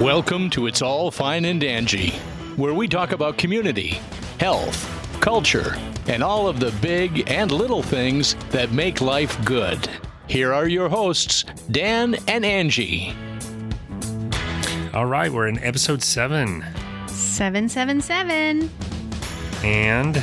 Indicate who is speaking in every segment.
Speaker 1: Welcome to It's All Fine and Angie, where we talk about community, health, culture, and all of the big and little things that make life good. Here are your hosts, Dan and Angie.
Speaker 2: All right, we're in episode seven,
Speaker 3: 777.
Speaker 2: and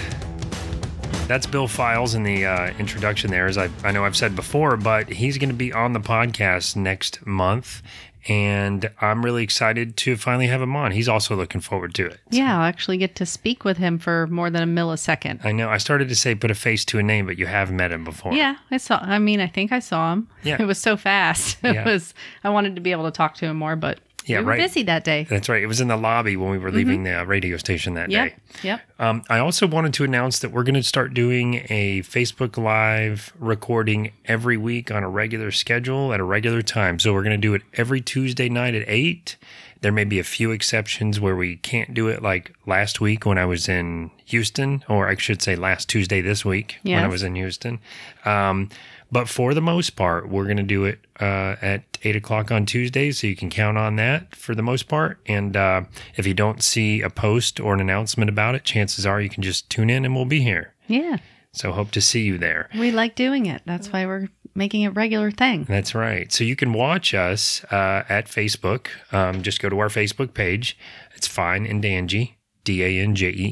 Speaker 2: that's Bill Files in the uh, introduction. There, as I, I know I've said before, but he's going to be on the podcast next month, and I'm really excited to finally have him on. He's also looking forward to it.
Speaker 3: Yeah, I'll actually get to speak with him for more than a millisecond.
Speaker 2: I know I started to say put a face to a name, but you have met him before.
Speaker 3: Yeah, I saw. I mean, I think I saw him.
Speaker 2: Yeah.
Speaker 3: It was so fast. It
Speaker 2: Yeah.
Speaker 3: was. I wanted to be able to talk to him more, but
Speaker 2: Yeah,
Speaker 3: we were
Speaker 2: right.
Speaker 3: busy that day.
Speaker 2: That's right. It was in the lobby when we were leaving the uh, radio station that
Speaker 3: Yep.
Speaker 2: day.
Speaker 3: Yep.
Speaker 2: Um, I also wanted to announce that we're going to start doing a Facebook Live recording every week on a regular schedule at a regular time. So we're going to do it every Tuesday night at 8. There may be a few exceptions where we can't do it, like last week when I was in Houston, or I should say last Tuesday this week when I
Speaker 3: Yes.
Speaker 2: was in Houston. Um, but for the most part, we're going to do it uh, at eight o'clock on Tuesday. So you can count on that for the most part. And uh, if you don't see a post or an announcement about it, chances are you can just tune in and we'll be here.
Speaker 3: Yeah,
Speaker 2: So hope to see you there.
Speaker 3: we like doing it. That's why we're making it a regular thing.
Speaker 2: That's right. So you can watch us uh, at Facebook. Um, just go to our Facebook page. It's Fine and Dangy, D A N J E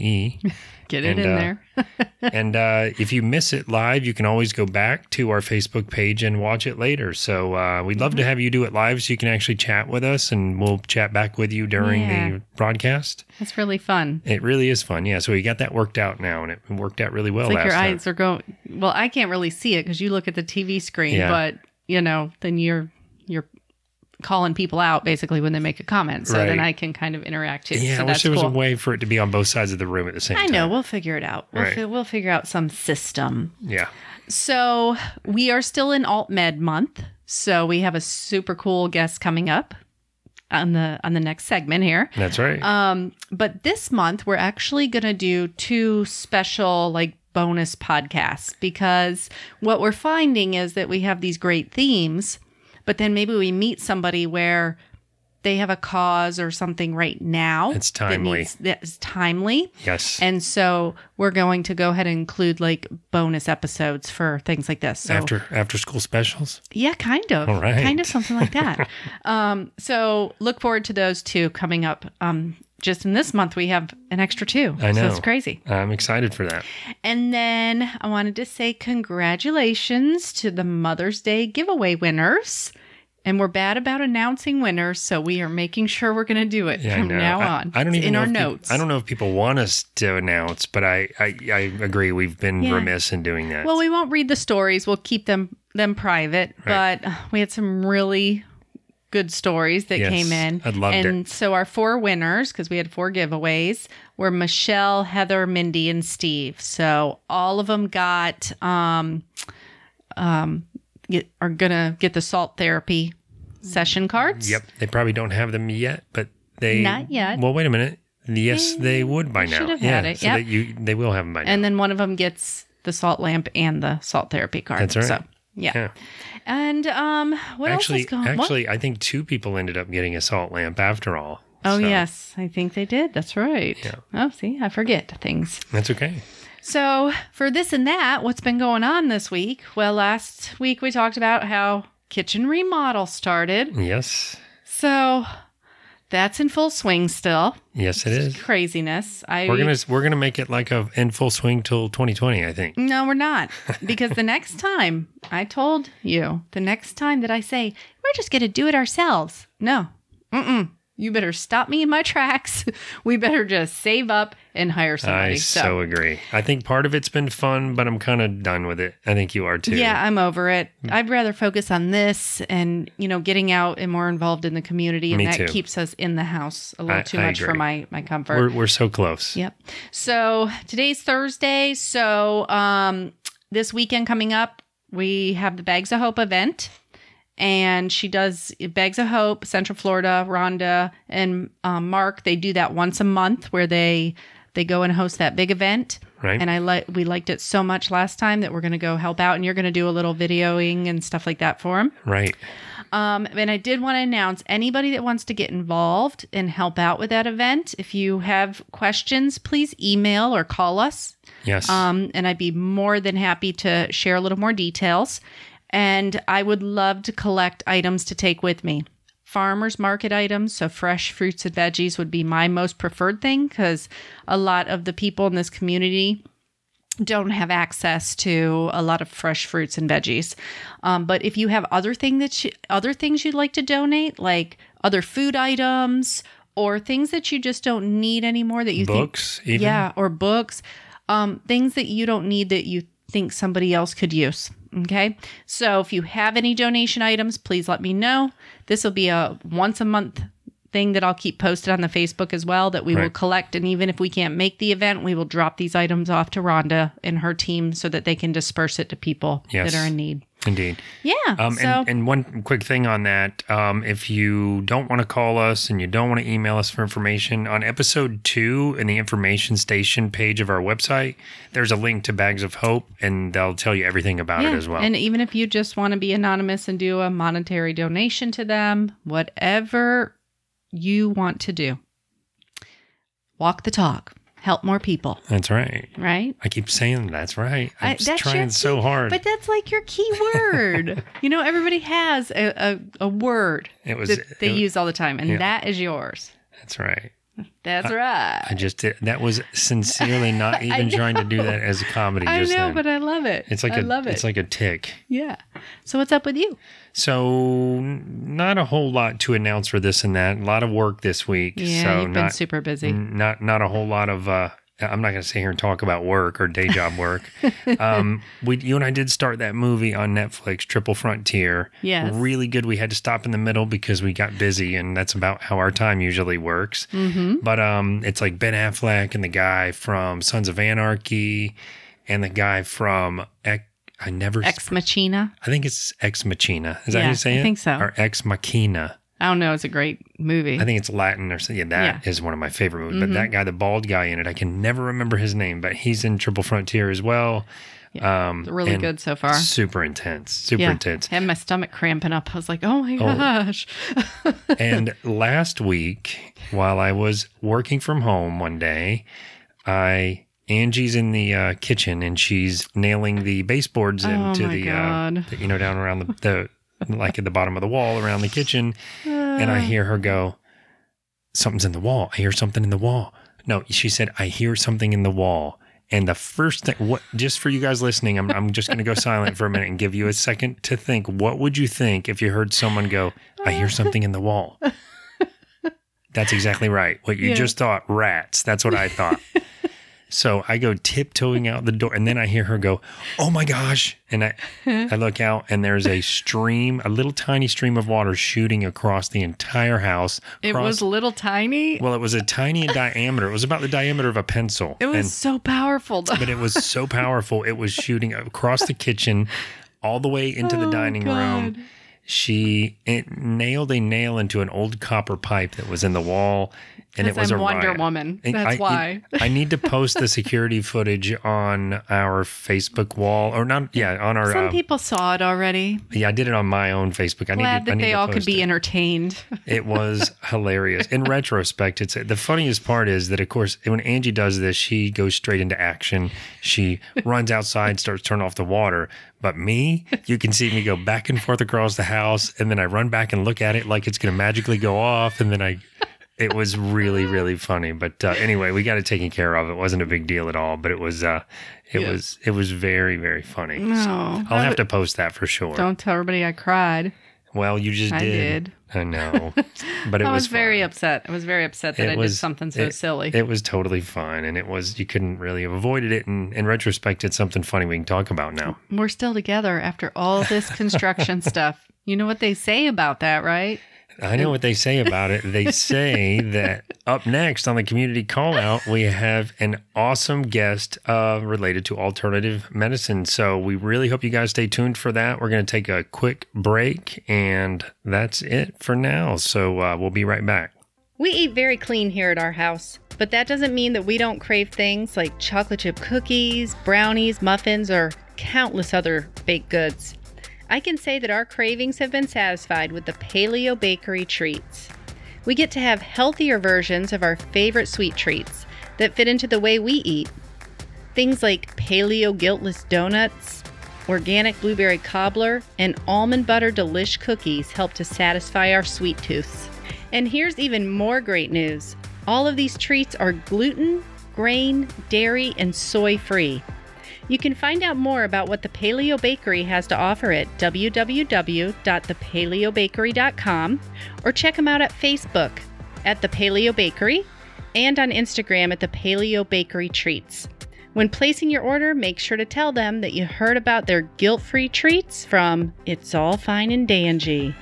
Speaker 2: E.
Speaker 3: Get it
Speaker 2: And,
Speaker 3: in
Speaker 2: uh,
Speaker 3: there.
Speaker 2: and uh, if you miss it live, you can always go back to our Facebook page and watch it later. So uh, we'd love
Speaker 3: Mm-hmm.
Speaker 2: to have you do it live so you can actually chat with us and we'll chat back with you during
Speaker 3: Yeah.
Speaker 2: the broadcast.
Speaker 3: It's really fun.
Speaker 2: It really is fun. Yeah. So we got that worked out now and it worked out really well
Speaker 3: It's like
Speaker 2: Oh, last
Speaker 3: your
Speaker 2: time.
Speaker 3: eyes are going. Well, I can't really see it because you look at the TV screen,
Speaker 2: Yeah.
Speaker 3: but you know, then you're you're calling people out basically when they make a comment. So then
Speaker 2: Right.
Speaker 3: I can kind of interact too.
Speaker 2: yeah,
Speaker 3: so
Speaker 2: I wish
Speaker 3: that's
Speaker 2: there was
Speaker 3: cool.
Speaker 2: a way for it to be on both sides of the room at the same
Speaker 3: I
Speaker 2: time.
Speaker 3: know. We'll figure it out. We'll,
Speaker 2: Right.
Speaker 3: fi- we'll figure out some system.
Speaker 2: Yeah.
Speaker 3: So we are still in alt med month. So we have a super cool guest coming up on the on the next segment here.
Speaker 2: That's right.
Speaker 3: Um, but this month we're actually going to do two special like bonus podcasts because what we're finding is that we have these great themes, but then maybe we meet somebody where they have a cause or something right now.
Speaker 2: It's
Speaker 3: that
Speaker 2: timely.
Speaker 3: needs- That is timely.
Speaker 2: yes.
Speaker 3: And so we're going to go ahead and include like bonus episodes for things like this. So
Speaker 2: after after school specials.
Speaker 3: yeah, kind of.
Speaker 2: All right.
Speaker 3: Kind of something like that. um, so look forward to those two coming up. Um, just in this month, we have an extra two.
Speaker 2: I
Speaker 3: So
Speaker 2: know.
Speaker 3: it's crazy.
Speaker 2: I'm excited for that.
Speaker 3: And then I wanted to say congratulations to the Mother's Day giveaway winners. And we're bad about announcing winners, so we are making sure we're going to do it
Speaker 2: Yeah,
Speaker 3: from
Speaker 2: I know.
Speaker 3: now
Speaker 2: I-
Speaker 3: on.
Speaker 2: I, don't
Speaker 3: It's
Speaker 2: even
Speaker 3: in
Speaker 2: know
Speaker 3: our
Speaker 2: if peop-
Speaker 3: notes.
Speaker 2: I don't know if people want us to announce, but I I, I agree we've been
Speaker 3: Yeah.
Speaker 2: remiss in doing that.
Speaker 3: Well, we won't read the stories. We'll keep them them private.
Speaker 2: Right.
Speaker 3: But uh, we had some really good stories that
Speaker 2: Yes,
Speaker 3: came in.
Speaker 2: I loved it.
Speaker 3: and so our four winners, because we had four giveaways, were Michelle, Heather, Mindy, and Steve. So all of them got um um get, are gonna get the salt therapy session cards.
Speaker 2: yep, they probably don't have them yet, but they
Speaker 3: Not yet.
Speaker 2: Well, wait a minute. Yes, they would by now.
Speaker 3: should have
Speaker 2: yeah,
Speaker 3: had it,
Speaker 2: so
Speaker 3: yep.
Speaker 2: that you they will have them by now.
Speaker 3: And then one of them gets the salt lamp and the salt therapy card.
Speaker 2: That's right.
Speaker 3: So yeah.
Speaker 2: Yeah.
Speaker 3: And um what
Speaker 2: actually,
Speaker 3: else is going on?
Speaker 2: actually, I think two people ended up getting a salt lamp after all.
Speaker 3: Oh,
Speaker 2: So
Speaker 3: yes. I think they did. That's right. Oh, see, I forget things.
Speaker 2: that's okay.
Speaker 3: So, for this and that, what's been going on this week? Well, last week we talked about how kitchen remodel started.
Speaker 2: Yes,
Speaker 3: So, that's in full swing still.
Speaker 2: yes, it is.
Speaker 3: Craziness. I
Speaker 2: We're gonna we're gonna make it like a in full swing till 2020. I think.
Speaker 3: No, we're not. Because the next time I told you, the next time that I say, we're just going to do it ourselves. No. Mm-mm. You better stop me in my tracks. we better just save up and hire somebody.
Speaker 2: I so, agree. I think part of it's been fun, but I'm kind of done with it. I think you are too. Hmm.
Speaker 3: Yeah, I'm over it. I'd rather focus on this and, you know, getting out and more involved in the community. And
Speaker 2: Me
Speaker 3: that
Speaker 2: too.
Speaker 3: keeps us in the house a little
Speaker 2: I-
Speaker 3: too
Speaker 2: I
Speaker 3: much for
Speaker 2: agree.
Speaker 3: my, my comfort.
Speaker 2: we're we're so close.
Speaker 3: Yep. So today's Thursday. So um, this weekend coming up, we have the Bags of Hope event. And she does Bags of Hope, Central Florida, Rhonda and um, Mark. They do that once a month where they they go and host that big event.
Speaker 2: Right.
Speaker 3: And I like we liked it so much last time that we're going to go help out, and you're going to do a little videoing and stuff like that for him.
Speaker 2: right.
Speaker 3: Um, and I did want to announce anybody that wants to get involved and help out with that event. If you have questions, please email or call us.
Speaker 2: Yes.
Speaker 3: Um, and I'd be more than happy to share a little more details. And I would love to collect items to take with me. Farmers market items, so fresh fruits and veggies would be my most preferred thing because a lot of the people in this community don't have access to a lot of fresh fruits and veggies. Um, but if you have other thing that you, other things you'd like to donate, like other food items or things that you just don't need anymore that you think
Speaker 2: Books, even.
Speaker 3: yeah, or books, um, things that you don't need that you think somebody else could use. Okay. So if you have any donation items, please let me know. This will be a once a month thing that I'll keep posted on the Facebook as well that we will
Speaker 2: Right.
Speaker 3: collect. And even if we can't make the event, we will drop these items off to Rhonda and her team so that they can disperse it to people
Speaker 2: Yes.
Speaker 3: that are in need.
Speaker 2: Indeed.
Speaker 3: Yeah.
Speaker 2: Um,
Speaker 3: so
Speaker 2: and, and one quick thing on that. Um, if you don't want to call us and you don't want to email us for information, on episode two in the information station page of our website, there's a link to Bags of Hope and they'll tell you everything about it
Speaker 3: Yeah,
Speaker 2: as well.
Speaker 3: And even if you just want to be anonymous and do a monetary donation to them, whatever you want to do, walk the talk, help more people,
Speaker 2: that's right.
Speaker 3: right?
Speaker 2: I keep saying that's right.
Speaker 3: I-
Speaker 2: I'm s-
Speaker 3: that's your
Speaker 2: trying so
Speaker 3: key-
Speaker 2: hard.
Speaker 3: But that's like your key word. you know, everybody has a, a, a word
Speaker 2: it was.
Speaker 3: that they
Speaker 2: it-
Speaker 3: use all the time, and
Speaker 2: yeah.
Speaker 3: that is yours.
Speaker 2: That's right.
Speaker 3: That's right.
Speaker 2: I just did. That was sincerely not
Speaker 3: I
Speaker 2: even trying to do
Speaker 3: know.
Speaker 2: that as a comedy.
Speaker 3: I know,
Speaker 2: just then.
Speaker 3: but I love it.
Speaker 2: it's like
Speaker 3: I
Speaker 2: a
Speaker 3: love it.
Speaker 2: it's like a tick.
Speaker 3: yeah. So what's up with you?
Speaker 2: So n- not a whole lot to announce for this and that. A lot of work this week.
Speaker 3: Yeah,
Speaker 2: so
Speaker 3: you've been
Speaker 2: not, Mm.
Speaker 3: super busy.
Speaker 2: not not a whole lot of. uh I'm not going to sit here and talk about work or day job work. um, we, you and I did start that movie on Netflix, Triple Frontier.
Speaker 3: Yes.
Speaker 2: really good. We had to stop in the middle because we got busy, and that's about how our time usually works.
Speaker 3: Mm-hmm.
Speaker 2: But um, it's like Ben Affleck and the guy from Sons of Anarchy, and the guy from Ec- I never
Speaker 3: Ex Machina.
Speaker 2: I think it's Ex Machina. Is that
Speaker 3: Yeah,
Speaker 2: how you say
Speaker 3: I
Speaker 2: it?
Speaker 3: think so.
Speaker 2: Or Ex Machina.
Speaker 3: I don't know. It's a great movie.
Speaker 2: I think it's Latin or something. Yeah, that is one of my favorite movies. But
Speaker 3: Mm-hmm.
Speaker 2: that guy, the bald guy in it, I can never remember his name, but he's in Triple Frontier as well. um,
Speaker 3: really
Speaker 2: and
Speaker 3: good so far.
Speaker 2: Super intense. Super
Speaker 3: yeah.
Speaker 2: intense.
Speaker 3: Had my stomach cramping up. I was like, oh my
Speaker 2: Oh.
Speaker 3: gosh.
Speaker 2: and last week, while I was working from home one day, I Angie's in the uh, kitchen and she's nailing the baseboards
Speaker 3: Oh
Speaker 2: into
Speaker 3: my
Speaker 2: the,
Speaker 3: God.
Speaker 2: Uh, the- you know down around the, the like at the bottom of the wall around the kitchen, and I hear her go, "Something's in the wall." I hear something in the wall. No, she said, "I hear something in the wall." And the first thing, what just for you guys listening, I'm, I'm just going to go silent for a minute and give you a second to think. What would you think if you heard someone go, "I hear something in the wall"? That's exactly right. What you
Speaker 3: Yeah.
Speaker 2: just thought, rats. That's what I thought. so I go tiptoeing out the door, and then I hear her go, "Oh my gosh!" And I, I look out, and there's a stream, a little tiny stream of water shooting across the entire house.
Speaker 3: It
Speaker 2: across-
Speaker 3: was little tiny.
Speaker 2: well, it was a tiny in diameter. It was about the diameter of a pencil.
Speaker 3: It was
Speaker 2: And-
Speaker 3: so powerful. though.
Speaker 2: but it was so powerful. It was shooting across the kitchen, all the way into the
Speaker 3: Oh,
Speaker 2: dining room
Speaker 3: God.
Speaker 2: she it nailed a nail into an old copper pipe that was in the wall and it
Speaker 3: 'Cause
Speaker 2: was
Speaker 3: I'm
Speaker 2: a
Speaker 3: Wonder
Speaker 2: riot.
Speaker 3: Woman.
Speaker 2: And
Speaker 3: That's
Speaker 2: I,
Speaker 3: why.
Speaker 2: I need to post the security footage on our Facebook wall or not yeah on our
Speaker 3: Some
Speaker 2: uh,
Speaker 3: people saw it already.
Speaker 2: yeah I did it on my own Facebook I
Speaker 3: Glad
Speaker 2: need to, I
Speaker 3: that
Speaker 2: need
Speaker 3: they
Speaker 2: to
Speaker 3: all could
Speaker 2: post
Speaker 3: be
Speaker 2: it.
Speaker 3: entertained.
Speaker 2: it was hilarious in retrospect it's the funniest part is that of course when Angie does this she goes straight into action she runs outside starts turning off the water but me you can see me go back and forth across the house and then I run back and look at it like it's going to magically go off and then I it was really really funny but uh, anyway we got it taken care of it wasn't a big deal at all but it was uh it
Speaker 3: Yeah.
Speaker 2: was it was very very funny
Speaker 3: No.
Speaker 2: I'll have to post that for sure
Speaker 3: Don't tell everybody I cried.
Speaker 2: well you just
Speaker 3: I
Speaker 2: did.
Speaker 3: did.
Speaker 2: I know but it
Speaker 3: I was,
Speaker 2: was
Speaker 3: very
Speaker 2: fun.
Speaker 3: upset. I was very upset that
Speaker 2: It
Speaker 3: I did
Speaker 2: was-
Speaker 3: something so
Speaker 2: it-
Speaker 3: silly.
Speaker 2: It was totally fine, and it was you couldn't really have avoided it. And in retrospect, it's something funny we can talk about now.
Speaker 3: We're still together after all this construction stuff. You know what they say about that, right?
Speaker 2: I know what they say about it. They say that up next on the community call out, we have an awesome guest uh, related to alternative medicine. So we really hope you guys stay tuned for that. We're going to take a quick break, and that's it for now. So uh, we'll be right back.
Speaker 3: We eat very clean here at our house. But that doesn't mean that we don't crave things like chocolate chip cookies, brownies, muffins, or countless other baked goods. I can say that our cravings have been satisfied with the Paleo Bakery treats. We get to have healthier versions of our favorite sweet treats that fit into the way we eat. Things like paleo guiltless donuts, organic blueberry cobbler, and almond butter delish cookies help to satisfy our sweet tooths. And here's even more great news all of these treats are gluten, grain, dairy, and soy free. You can find out more about what the Paleo Bakery has to offer at www.thepaleobakery.com or check them out at Facebook at The Paleo Bakery and on Instagram at The Paleo Bakery Treats. When placing your order, make sure to tell them that you heard about their guilt free treats from It's All Fine and Dangy.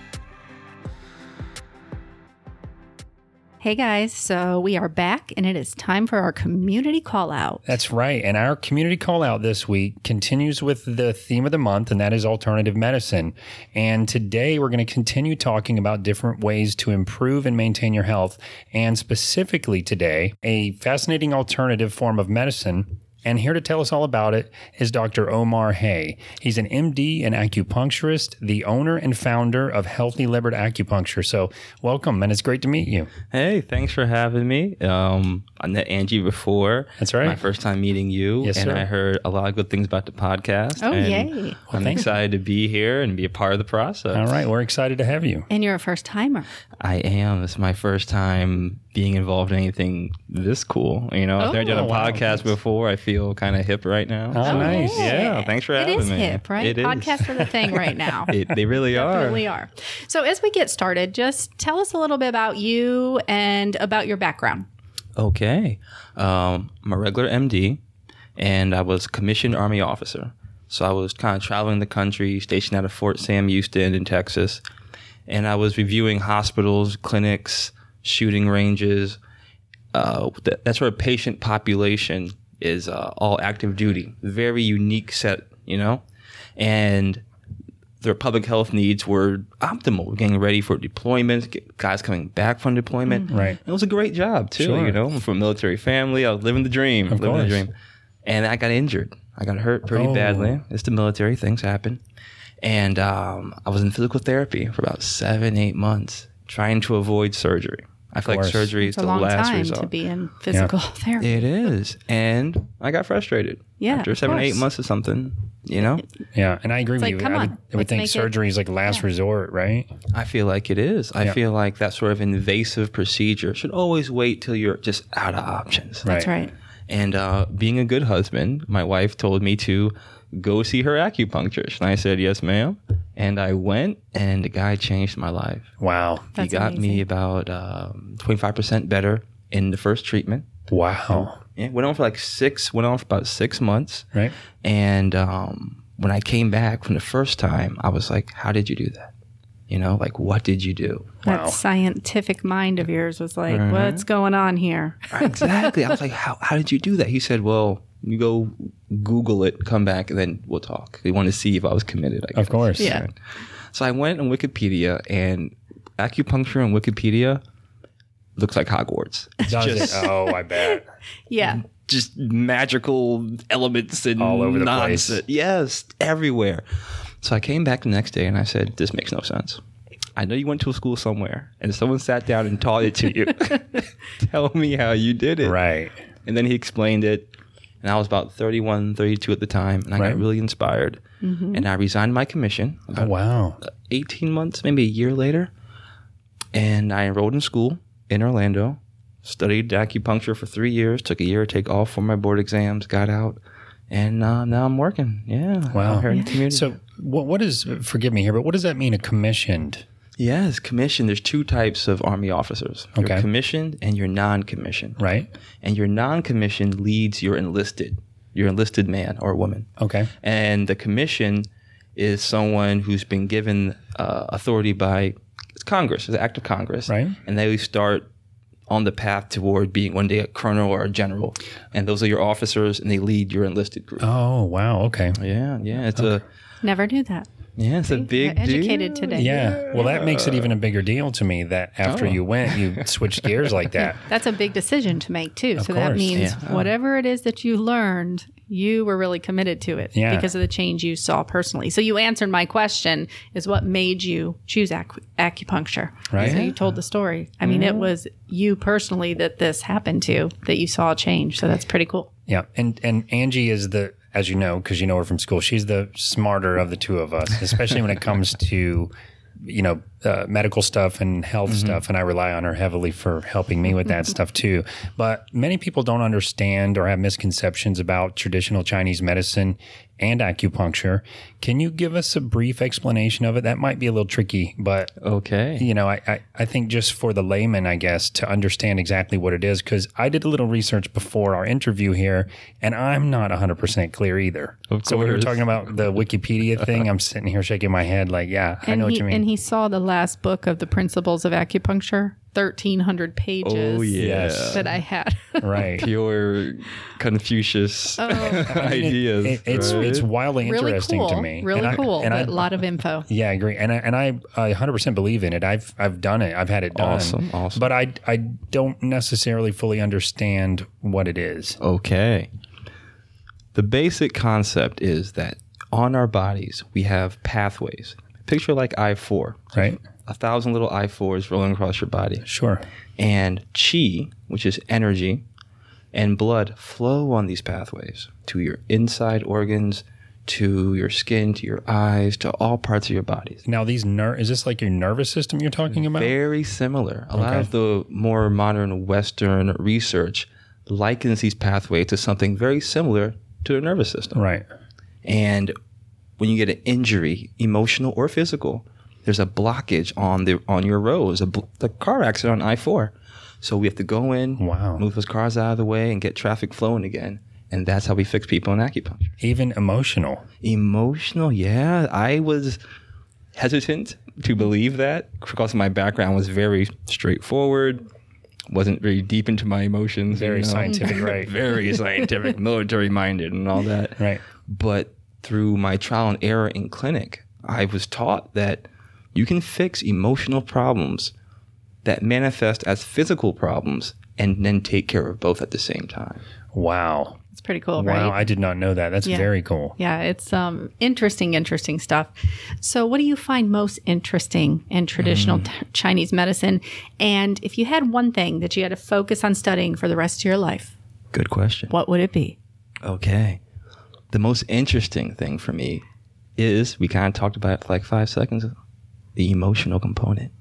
Speaker 3: Hey guys, so we are back and it is time for our community call out.
Speaker 2: That's right. And our community call out this week continues with the theme of the month, and that is alternative medicine. And today we're going to continue talking about different ways to improve and maintain your health. And specifically today, a fascinating alternative form of medicine. And here to tell us all about it is Dr. Omar Hay. He's an MD and acupuncturist, the owner and founder of Healthy Liberty Acupuncture. So, welcome, and it's great to meet you.
Speaker 4: Hey, thanks for having me. Um, I met Angie before.
Speaker 2: That's right.
Speaker 4: My first time meeting you.
Speaker 2: Yes,
Speaker 4: and
Speaker 2: sir.
Speaker 4: I heard a lot of good things about the podcast.
Speaker 3: Oh,
Speaker 4: and
Speaker 3: yay.
Speaker 4: I'm excited to be here and be a part of the process.
Speaker 2: All right, we're excited to have you.
Speaker 3: And you're a first timer.
Speaker 4: I am. It's my first time being involved in anything this cool. You know, I've never done
Speaker 2: Oh,
Speaker 4: a
Speaker 2: wow.
Speaker 4: podcast before. I feel kind of hip right now.
Speaker 2: Oh, nice.
Speaker 4: Yeah, thanks for
Speaker 5: It
Speaker 4: having
Speaker 5: is
Speaker 4: me.
Speaker 5: hip, right?
Speaker 4: It is.
Speaker 5: Podcasts are the thing right now.
Speaker 4: It, they really are.
Speaker 5: Definitely are. So as we get started, just tell us a little bit about you and about your background.
Speaker 4: Okay. Um, I'm a regular MD, and I was commissioned Army officer. So I was kind of traveling the country, stationed out of Fort Sam Houston in Texas, and I was reviewing hospitals, clinics, shooting ranges. Uh, th- that's where patient population is uh, all active duty. Very unique set, you know, and their public health needs were optimal. We're getting ready for deployments, get guys coming back from deployment.
Speaker 2: Right.
Speaker 4: It was a great job too.
Speaker 2: Sure.
Speaker 4: You know, I'm from a military family. I was living the dream.
Speaker 2: Of
Speaker 4: living the
Speaker 2: course.
Speaker 4: dream. And I got injured. I got hurt pretty
Speaker 2: Oh.
Speaker 4: badly. It's the military. Things happen. And um, I was in physical therapy for about seven, eight months, trying to avoid surgery. I feel like
Speaker 2: course.
Speaker 4: surgery
Speaker 5: It's
Speaker 4: is
Speaker 5: a
Speaker 4: the
Speaker 5: long
Speaker 4: last
Speaker 5: time
Speaker 4: resort.
Speaker 5: to be in physical therapy.
Speaker 4: it is. And I got frustrated.
Speaker 5: Yeah,
Speaker 4: After
Speaker 5: of
Speaker 4: seven, eight
Speaker 5: course.
Speaker 4: months of something, you know?
Speaker 2: Yeah, and I agree with
Speaker 5: like,
Speaker 2: you.
Speaker 5: come
Speaker 2: I would, I
Speaker 5: on,
Speaker 2: would
Speaker 5: let's
Speaker 2: think
Speaker 5: make it-
Speaker 2: surgery is like last resort, right?
Speaker 4: I feel like it is. I
Speaker 2: Yeah.
Speaker 4: feel like that sort of invasive procedure should always wait till you're just out of options.
Speaker 5: That's right.
Speaker 4: And uh, being a good husband, my wife told me to go see her acupuncturist. And I said, yes, ma'am. And I went, and the guy changed my life.
Speaker 2: Wow.
Speaker 5: That's
Speaker 4: he got
Speaker 5: amazing.
Speaker 4: me about um, 25% better in the first treatment.
Speaker 2: Wow.
Speaker 4: Yeah, went on for like six, went on for about six months.
Speaker 2: Right.
Speaker 4: And um, when I came back from the first time, I was like, how did you do that? You know, like, what did you do?
Speaker 5: That
Speaker 2: Wow.
Speaker 5: scientific mind of yours was like,
Speaker 4: Uh-huh.
Speaker 5: what's going on here?
Speaker 4: exactly. I was like, how, how did you do that? He said, well, you go Google it, come back, and then we'll talk. They want to see if I was committed. I
Speaker 2: Of
Speaker 4: guess.
Speaker 2: course.
Speaker 5: Yeah.
Speaker 4: So I went on Wikipedia, and acupuncture on Wikipedia looks like Hogwarts.
Speaker 2: Does it? Oh, I bet.
Speaker 5: Yeah.
Speaker 4: Just magical elements and
Speaker 2: All over the place.
Speaker 4: nonsense. Yes, everywhere. So I came back the next day, and I said, this makes no sense. I know you went to a school somewhere, and someone sat down and taught it to you. Tell me how you did it.
Speaker 2: Right.
Speaker 4: And then he explained it. And I was about 31, 32 at the time. And I
Speaker 2: Right.
Speaker 4: got really inspired. And I resigned my commission about
Speaker 2: Oh, wow.
Speaker 4: 18 months, maybe a year later. And I enrolled in school in Orlando, studied acupuncture for three years, took a year to take all four of my board exams, got out. And uh, now I'm working. Yeah.
Speaker 2: Wow.
Speaker 4: out here in the community.
Speaker 2: So, what, what is, forgive me here, but what does that mean, a commissioned?
Speaker 4: yes, commissioned. There's two types of Army officers
Speaker 2: Okay.
Speaker 4: you're commissioned and you're non commissioned.
Speaker 2: Right.
Speaker 4: And your non commissioned leads your enlisted, your enlisted man or woman.
Speaker 2: Okay.
Speaker 4: and the commission is someone who's been given uh, authority by Congress, the act of Congress,
Speaker 2: Right.
Speaker 4: And they start on the path toward being one day a colonel or a general, and those are your officers, and they lead your enlisted group.
Speaker 2: Oh, wow. Oh. Okay.
Speaker 4: Yeah, yeah, it's a
Speaker 5: Never knew that.
Speaker 4: Yeah, it's a big
Speaker 5: You're educated
Speaker 4: deal.
Speaker 5: today.
Speaker 2: Yeah. Well, that makes it even a bigger deal to me that after
Speaker 4: Oh.
Speaker 2: you went, you switched gears like that.
Speaker 5: That's a big decision to make too. so that
Speaker 2: course.
Speaker 5: means
Speaker 4: Yeah.
Speaker 5: whatever it is that you learned, you were really committed to it
Speaker 2: Yeah.
Speaker 5: because of the change you saw personally. So you answered my question: is what made you choose acu- acupuncture?
Speaker 2: Right.
Speaker 5: So you told the story. I mean, it was you personally that this happened to that you saw a change. So that's pretty cool.
Speaker 2: Yeah, and and Angie is the as you know because you know her from school. She's the smarter of the two of us, especially when it comes to you know uh, medical stuff and health stuff. And I rely on her heavily for helping me with that stuff too. But many people don't understand or have misconceptions about traditional Chinese medicine and acupuncture. Can you give us a brief explanation of it? That might be a little tricky, but
Speaker 4: Okay.
Speaker 2: you know, I, I, I think just for the layman, I guess, to understand exactly what it is, because I did a little research before our interview here, and I'm not 100% clear either.
Speaker 4: Of
Speaker 2: so when we were
Speaker 4: course.
Speaker 2: talking about the Wikipedia thing, I'm sitting here shaking my head like, yeah, I know
Speaker 5: he,
Speaker 2: what you mean.
Speaker 5: And he saw the last book of the Principles of Acupuncture, thirteen hundred pages.
Speaker 4: Oh yeah.
Speaker 2: Yes.
Speaker 5: That I had.
Speaker 2: right.
Speaker 4: Pure Confucius ideas.
Speaker 2: It- it's
Speaker 4: right?
Speaker 2: it's wildly
Speaker 5: really
Speaker 2: interesting
Speaker 5: cool.
Speaker 2: to me.
Speaker 5: Really
Speaker 2: And I-
Speaker 5: cool.
Speaker 2: and I
Speaker 5: but a lot of info.
Speaker 2: Yeah, I agree, and I, and I, I 100% believe in it. I've I've done it. I've had it done.
Speaker 4: Awesome, awesome.
Speaker 2: But I I don't necessarily fully understand what it is.
Speaker 4: Okay. The basic concept is that on our bodies we have pathways. Picture like I four,
Speaker 2: Right?
Speaker 4: a thousand little I fours rolling across your body,
Speaker 2: Sure.
Speaker 4: and chi, which is energy, and blood flow on these pathways to your inside organs, to your skin, to your eyes, to all parts of your bodies.
Speaker 2: Now these ner is this like your nervous system you're talking about?
Speaker 4: Very similar. A lot of the more modern Western research likens these pathways to something very similar to the nervous system.
Speaker 2: Right.
Speaker 4: And when you get an injury, emotional or physical, there's a blockage on the on your roads, a bl- the car accident on I four. So we have to go in,
Speaker 2: Wow.
Speaker 4: move those cars out of the way, and get traffic flowing again. And that's how we fix people in acupuncture.
Speaker 2: Even emotional.
Speaker 4: Emotional, yeah. I was hesitant to believe that because my background was very straightforward, wasn't very deep into my emotions. you
Speaker 2: Very
Speaker 4: know.
Speaker 2: scientific, right?
Speaker 4: very scientific, military minded, and all that
Speaker 2: Right.
Speaker 4: but through my trial and error in clinic, I was taught that you can fix emotional problems that manifest as physical problems and then take care of both at the same time.
Speaker 2: Wow.
Speaker 5: It's pretty cool, right?
Speaker 2: Wow. I did not know that. That's
Speaker 5: Yeah.
Speaker 2: very cool.
Speaker 5: Yeah, it's um, interesting, interesting stuff. So, what do you find most interesting in traditional t- Chinese medicine? And if you had one thing that you had to focus on studying for the rest of your life,
Speaker 4: Good question.
Speaker 5: what would it be?
Speaker 4: Okay. The most interesting thing for me is we kind of talked about it for like five seconds the emotional component.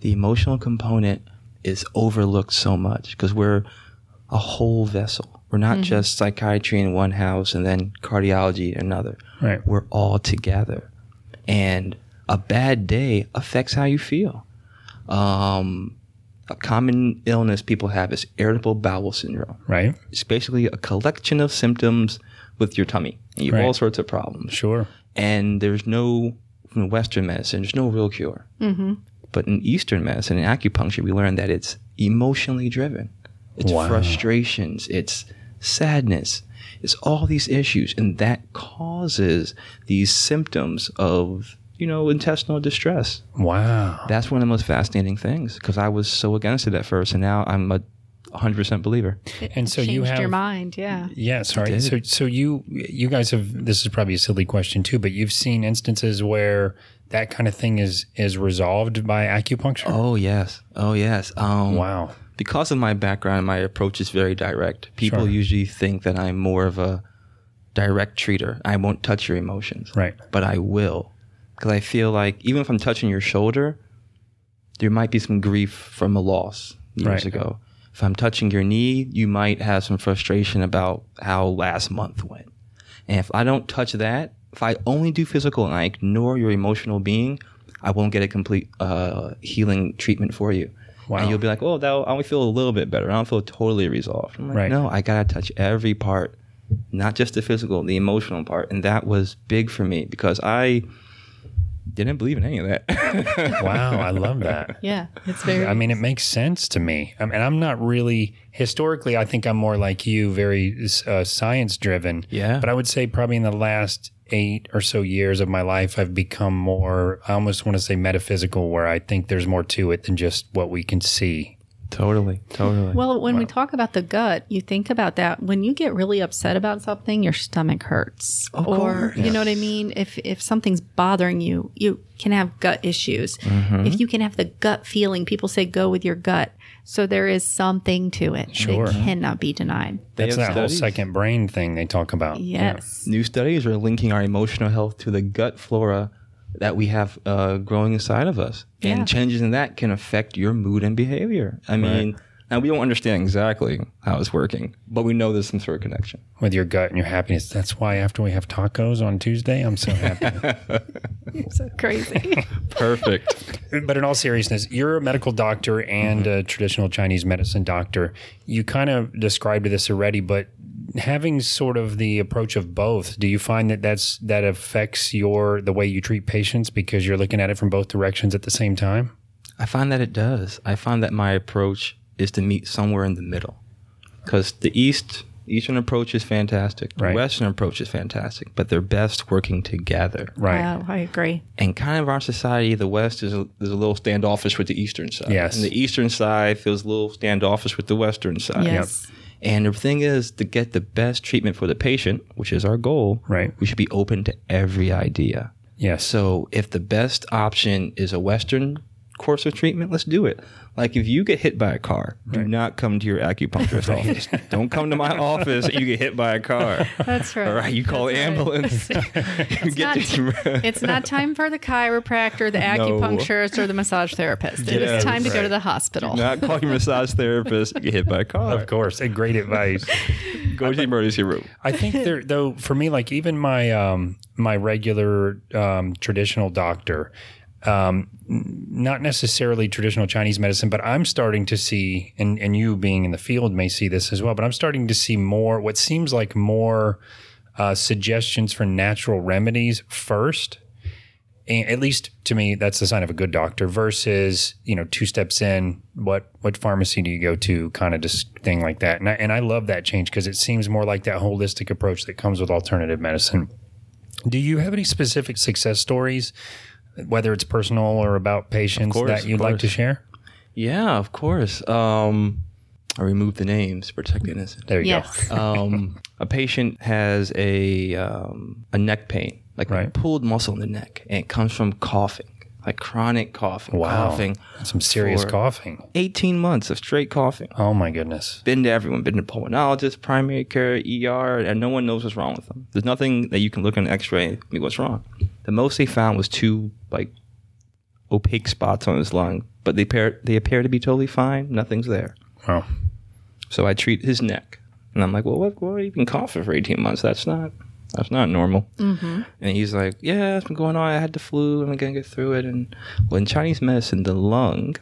Speaker 4: The emotional component is overlooked so much because we're a whole vessel. We're not just psychiatry in one house and then cardiology in another.
Speaker 2: Right.
Speaker 4: We're all together. And a bad day affects how you feel. Um, a common illness people have is irritable bowel syndrome
Speaker 2: Right.
Speaker 4: it's basically a collection of symptoms with your tummy. You have
Speaker 2: Right.
Speaker 4: all sorts of problems.
Speaker 2: Sure.
Speaker 4: And there's no, in Western medicine, there's no real cure. Mm-hmm. But in Eastern medicine, in acupuncture, we learn that it's emotionally driven. It's
Speaker 2: Wow.
Speaker 4: frustrations, it's sadness, it's all these issues. And that causes these symptoms of, you know, intestinal distress
Speaker 2: Wow.
Speaker 4: that's one of the most fascinating things because I was so against it at first, and now I'm a 100% believer.
Speaker 2: And so you
Speaker 5: Changed
Speaker 2: have
Speaker 5: your mind, yeah.
Speaker 2: Yeah, sorry. So so you you guys have this is probably a silly question too, but you've seen instances where that kind of thing is is resolved by acupuncture?
Speaker 4: Oh yes, oh yes. Um,
Speaker 2: Wow.
Speaker 4: Because of my background, my approach is very direct. People
Speaker 2: Sure.
Speaker 4: usually think that I'm more of a direct treater. I won't touch your emotions,
Speaker 2: Right.
Speaker 4: but I will because I feel like even if I'm touching your shoulder, there might be some grief from a loss years
Speaker 2: Right.
Speaker 4: ago. If I'm touching your knee, you might have some frustration about how last month went. And if I don't touch that, if I only do physical and I ignore your emotional being, I won't get a complete uh, healing treatment for you.
Speaker 2: Wow.
Speaker 4: And you'll be like, oh, that, I only feel a little bit better. I don't feel totally resolved. I'm like,
Speaker 2: Right.
Speaker 4: no, I got to touch every part, not just the physical, the emotional part. And that was big for me because I didn't believe in any of that.
Speaker 2: Wow, I love that.
Speaker 5: Yeah, it's very.
Speaker 2: I mean, it makes sense to me. I mean, I'm not really historically. I think I'm more like you, very uh, science driven.
Speaker 4: Yeah.
Speaker 2: But I would say probably in the last eight or so years of my life, I've become more, I almost want to say metaphysical, where I think there's more to it than just what we can see.
Speaker 4: Totally, totally.
Speaker 5: Well, when we talk about the gut, you think about that. When you get really upset about something, your stomach hurts. or you know what I mean? If if something's bothering you, you can have gut issues. If you can have the gut feeling, people say go with your gut. So there is something to it.
Speaker 2: Sure.
Speaker 5: It cannot be denied.
Speaker 4: They
Speaker 2: That's
Speaker 4: have
Speaker 2: that whole
Speaker 4: studies.
Speaker 2: second brain thing they talk about.
Speaker 5: Yes.
Speaker 4: New studies are linking our emotional health to the gut flora that we have uh, growing inside of us,
Speaker 5: Yeah.
Speaker 4: and changes in that can affect your mood and behavior. I mean, now we don't understand exactly how it's working, but we know there's some sort of connection.
Speaker 2: With your gut and your happiness. That's why after we have tacos on Tuesday, I'm so happy.
Speaker 5: So crazy.
Speaker 4: Perfect.
Speaker 2: but in all seriousness, you're a medical doctor and a traditional Chinese medicine doctor. You kind of described this already, but having sort of the approach of both, do you find that that's that affects your the way you treat patients because you're looking at it from both directions at the same time?
Speaker 4: I find that it does. I find that my approach is to meet somewhere in the middle, because the East Eastern approach is fantastic, the
Speaker 2: Right.
Speaker 4: Western approach is fantastic, but they're best working together.
Speaker 2: Right.
Speaker 5: Wow, I agree.
Speaker 4: and kind of our society, the West is a, is a little standoffish with the Eastern side.
Speaker 2: Yes.
Speaker 4: And the Eastern side feels a little standoffish with the Western side.
Speaker 5: Yes.
Speaker 4: And the thing is, to get the best treatment for the patient, which is our goal,
Speaker 2: Right.
Speaker 4: we should be open to every idea.
Speaker 2: Yes.
Speaker 4: So if the best option is a Western course of treatment, let's do it. Like if you get hit by a car, do not come to your acupuncturist office. Don't come to my office and you get hit by a car.
Speaker 5: That's right.
Speaker 4: All right, you call ambulance. you get the-
Speaker 5: It's not time for the chiropractor, the acupuncturist, or the massage therapist. It
Speaker 4: Yes.
Speaker 5: is time to go
Speaker 4: Right.
Speaker 5: to the hospital.
Speaker 4: not call your massage therapist. Get hit by a car.
Speaker 2: of course, and great advice.
Speaker 4: Go to the emergency room.
Speaker 2: I think there though for me like even my um my regular um traditional doctor um n- not necessarily traditional Chinese medicine but I'm starting to see and and you being in the field may see this as well but I'm starting to see more what seems like more uh, suggestions for natural remedies first and at least to me that's the sign of a good doctor versus you know two steps in what what pharmacy do you go to kind of just thing like that and I, and I love that change because it seems more like that holistic approach that comes with alternative medicine do you have any specific success stories whether it's personal or about patients
Speaker 4: course,
Speaker 2: that
Speaker 4: of
Speaker 2: you'd like to
Speaker 4: course.
Speaker 2: share
Speaker 4: Yeah, of course. Um, I removed the names to protect the innocent.
Speaker 2: there you
Speaker 5: Yes.
Speaker 4: Um, a patient has a um, a neck pain, like a
Speaker 2: Right.
Speaker 4: pulled muscle in the neck, and it comes from coughing, like chronic coughing.
Speaker 2: go wow
Speaker 4: Coughing.
Speaker 2: some serious
Speaker 4: for
Speaker 2: coughing
Speaker 4: 18 months of straight coughing.
Speaker 2: oh my goodness
Speaker 4: Been to everyone, been to pulmonologist, primary care, ER, and no one knows what's wrong with them. There's nothing that you can look on X-ray and be what's wrong. The most they found was two like opaque spots on his lung, but they appear they appear to be totally fine. Nothing's there.
Speaker 2: wow
Speaker 4: So I treat his neck, and I'm like, well, what? What? You've been coughing for 18 months. That's not. That's not normal. And he's like, yeah, it's been going on. I had the flu. I'm gonna get through it. And well, in Chinese medicine, the lung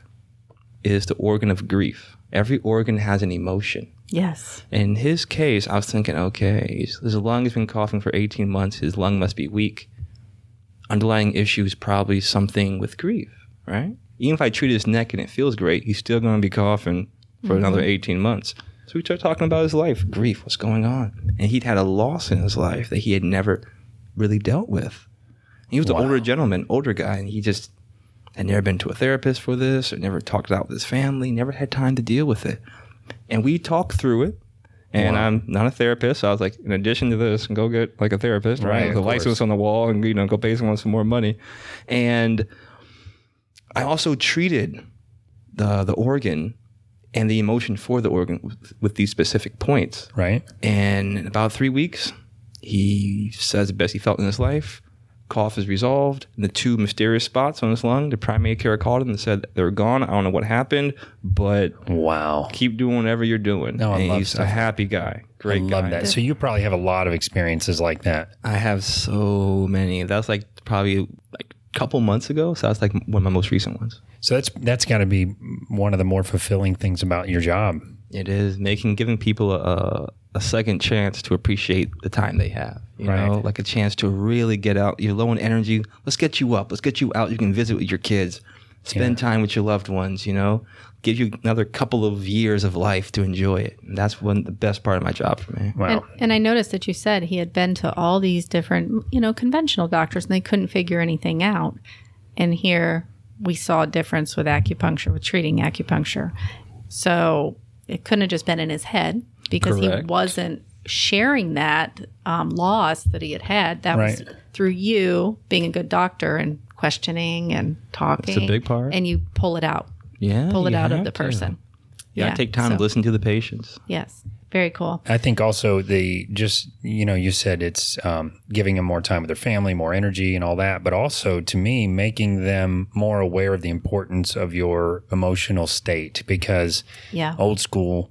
Speaker 4: is the organ of grief. Every organ has an emotion.
Speaker 5: Yes.
Speaker 4: In his case, I was thinking, okay, he's- his lung has been coughing for 18 months. His lung must be weak. Underlying issue is probably something with grief, right? Even if I treat his neck and it feels great, he's still going to be coughing for another 18 months. So we started talking about his life, grief, what's going on. And he'd had a loss in his life that he had never really dealt with. He was an older gentleman, older guy, and he just had never been to a therapist for this or never talked it out with his family, never had time to deal with it. And we talked through it. And I'm not a therapist, so I was like, in addition to this, go get like a therapist,
Speaker 2: Right,
Speaker 4: right?
Speaker 2: of
Speaker 4: The
Speaker 2: course.
Speaker 4: license on the wall, and you know, go pay someone some more money. And I also treated the the organ and the emotion for the organ with, with these specific points.
Speaker 2: right
Speaker 4: And in about three weeks, he says the best he felt in his life. Cough is resolved. And the two mysterious spots on his lung, the primary care called him and said they were gone. I don't know what happened, but
Speaker 2: wow
Speaker 4: keep doing whatever you're doing.
Speaker 2: No, I
Speaker 4: and
Speaker 2: love
Speaker 4: he's a
Speaker 2: stuff.
Speaker 4: happy guy.
Speaker 2: I
Speaker 4: Great guy.
Speaker 2: love that so you probably have a lot of experiences like that
Speaker 4: I have so many. That was like probably like a couple months ago. So that's like one of my most recent ones.
Speaker 2: So that's that's got to be one of the more fulfilling things about your job.
Speaker 4: It is making giving people a, a second chance to appreciate the time they have. You
Speaker 2: Right.
Speaker 4: know, like a chance to really get out. You're low in energy. Let's get you up. Let's get you out. You can visit with your kids. Spend time with your loved ones, you know? Give you another couple of years of life to enjoy it. And that's one the best part of my job for me.
Speaker 2: Wow.
Speaker 5: And, and I noticed that you said he had been to all these different, you know, conventional doctors and they couldn't figure anything out. And here we saw a difference with acupuncture, with treating acupuncture. So it couldn't have just been in his head because
Speaker 4: Correct.
Speaker 5: he wasn't sharing that um, loss that he had had. That was
Speaker 2: Right.
Speaker 5: through you being a good doctor and questioning and talking.
Speaker 4: big part.
Speaker 5: And you pull it out,
Speaker 4: Yeah.
Speaker 5: pull it
Speaker 4: you
Speaker 5: out of
Speaker 4: have
Speaker 5: the
Speaker 4: to.
Speaker 5: person.
Speaker 4: Yeah,
Speaker 5: Yeah,
Speaker 4: take time
Speaker 5: so-
Speaker 4: to listen to the patients.
Speaker 5: Yes. Very cool.
Speaker 2: I think also the just you know you said it's um, giving them more time with their family, more energy, and all that. But also to me, making them more aware of the importance of your emotional state because
Speaker 5: Yeah.
Speaker 4: Oh,
Speaker 2: old school.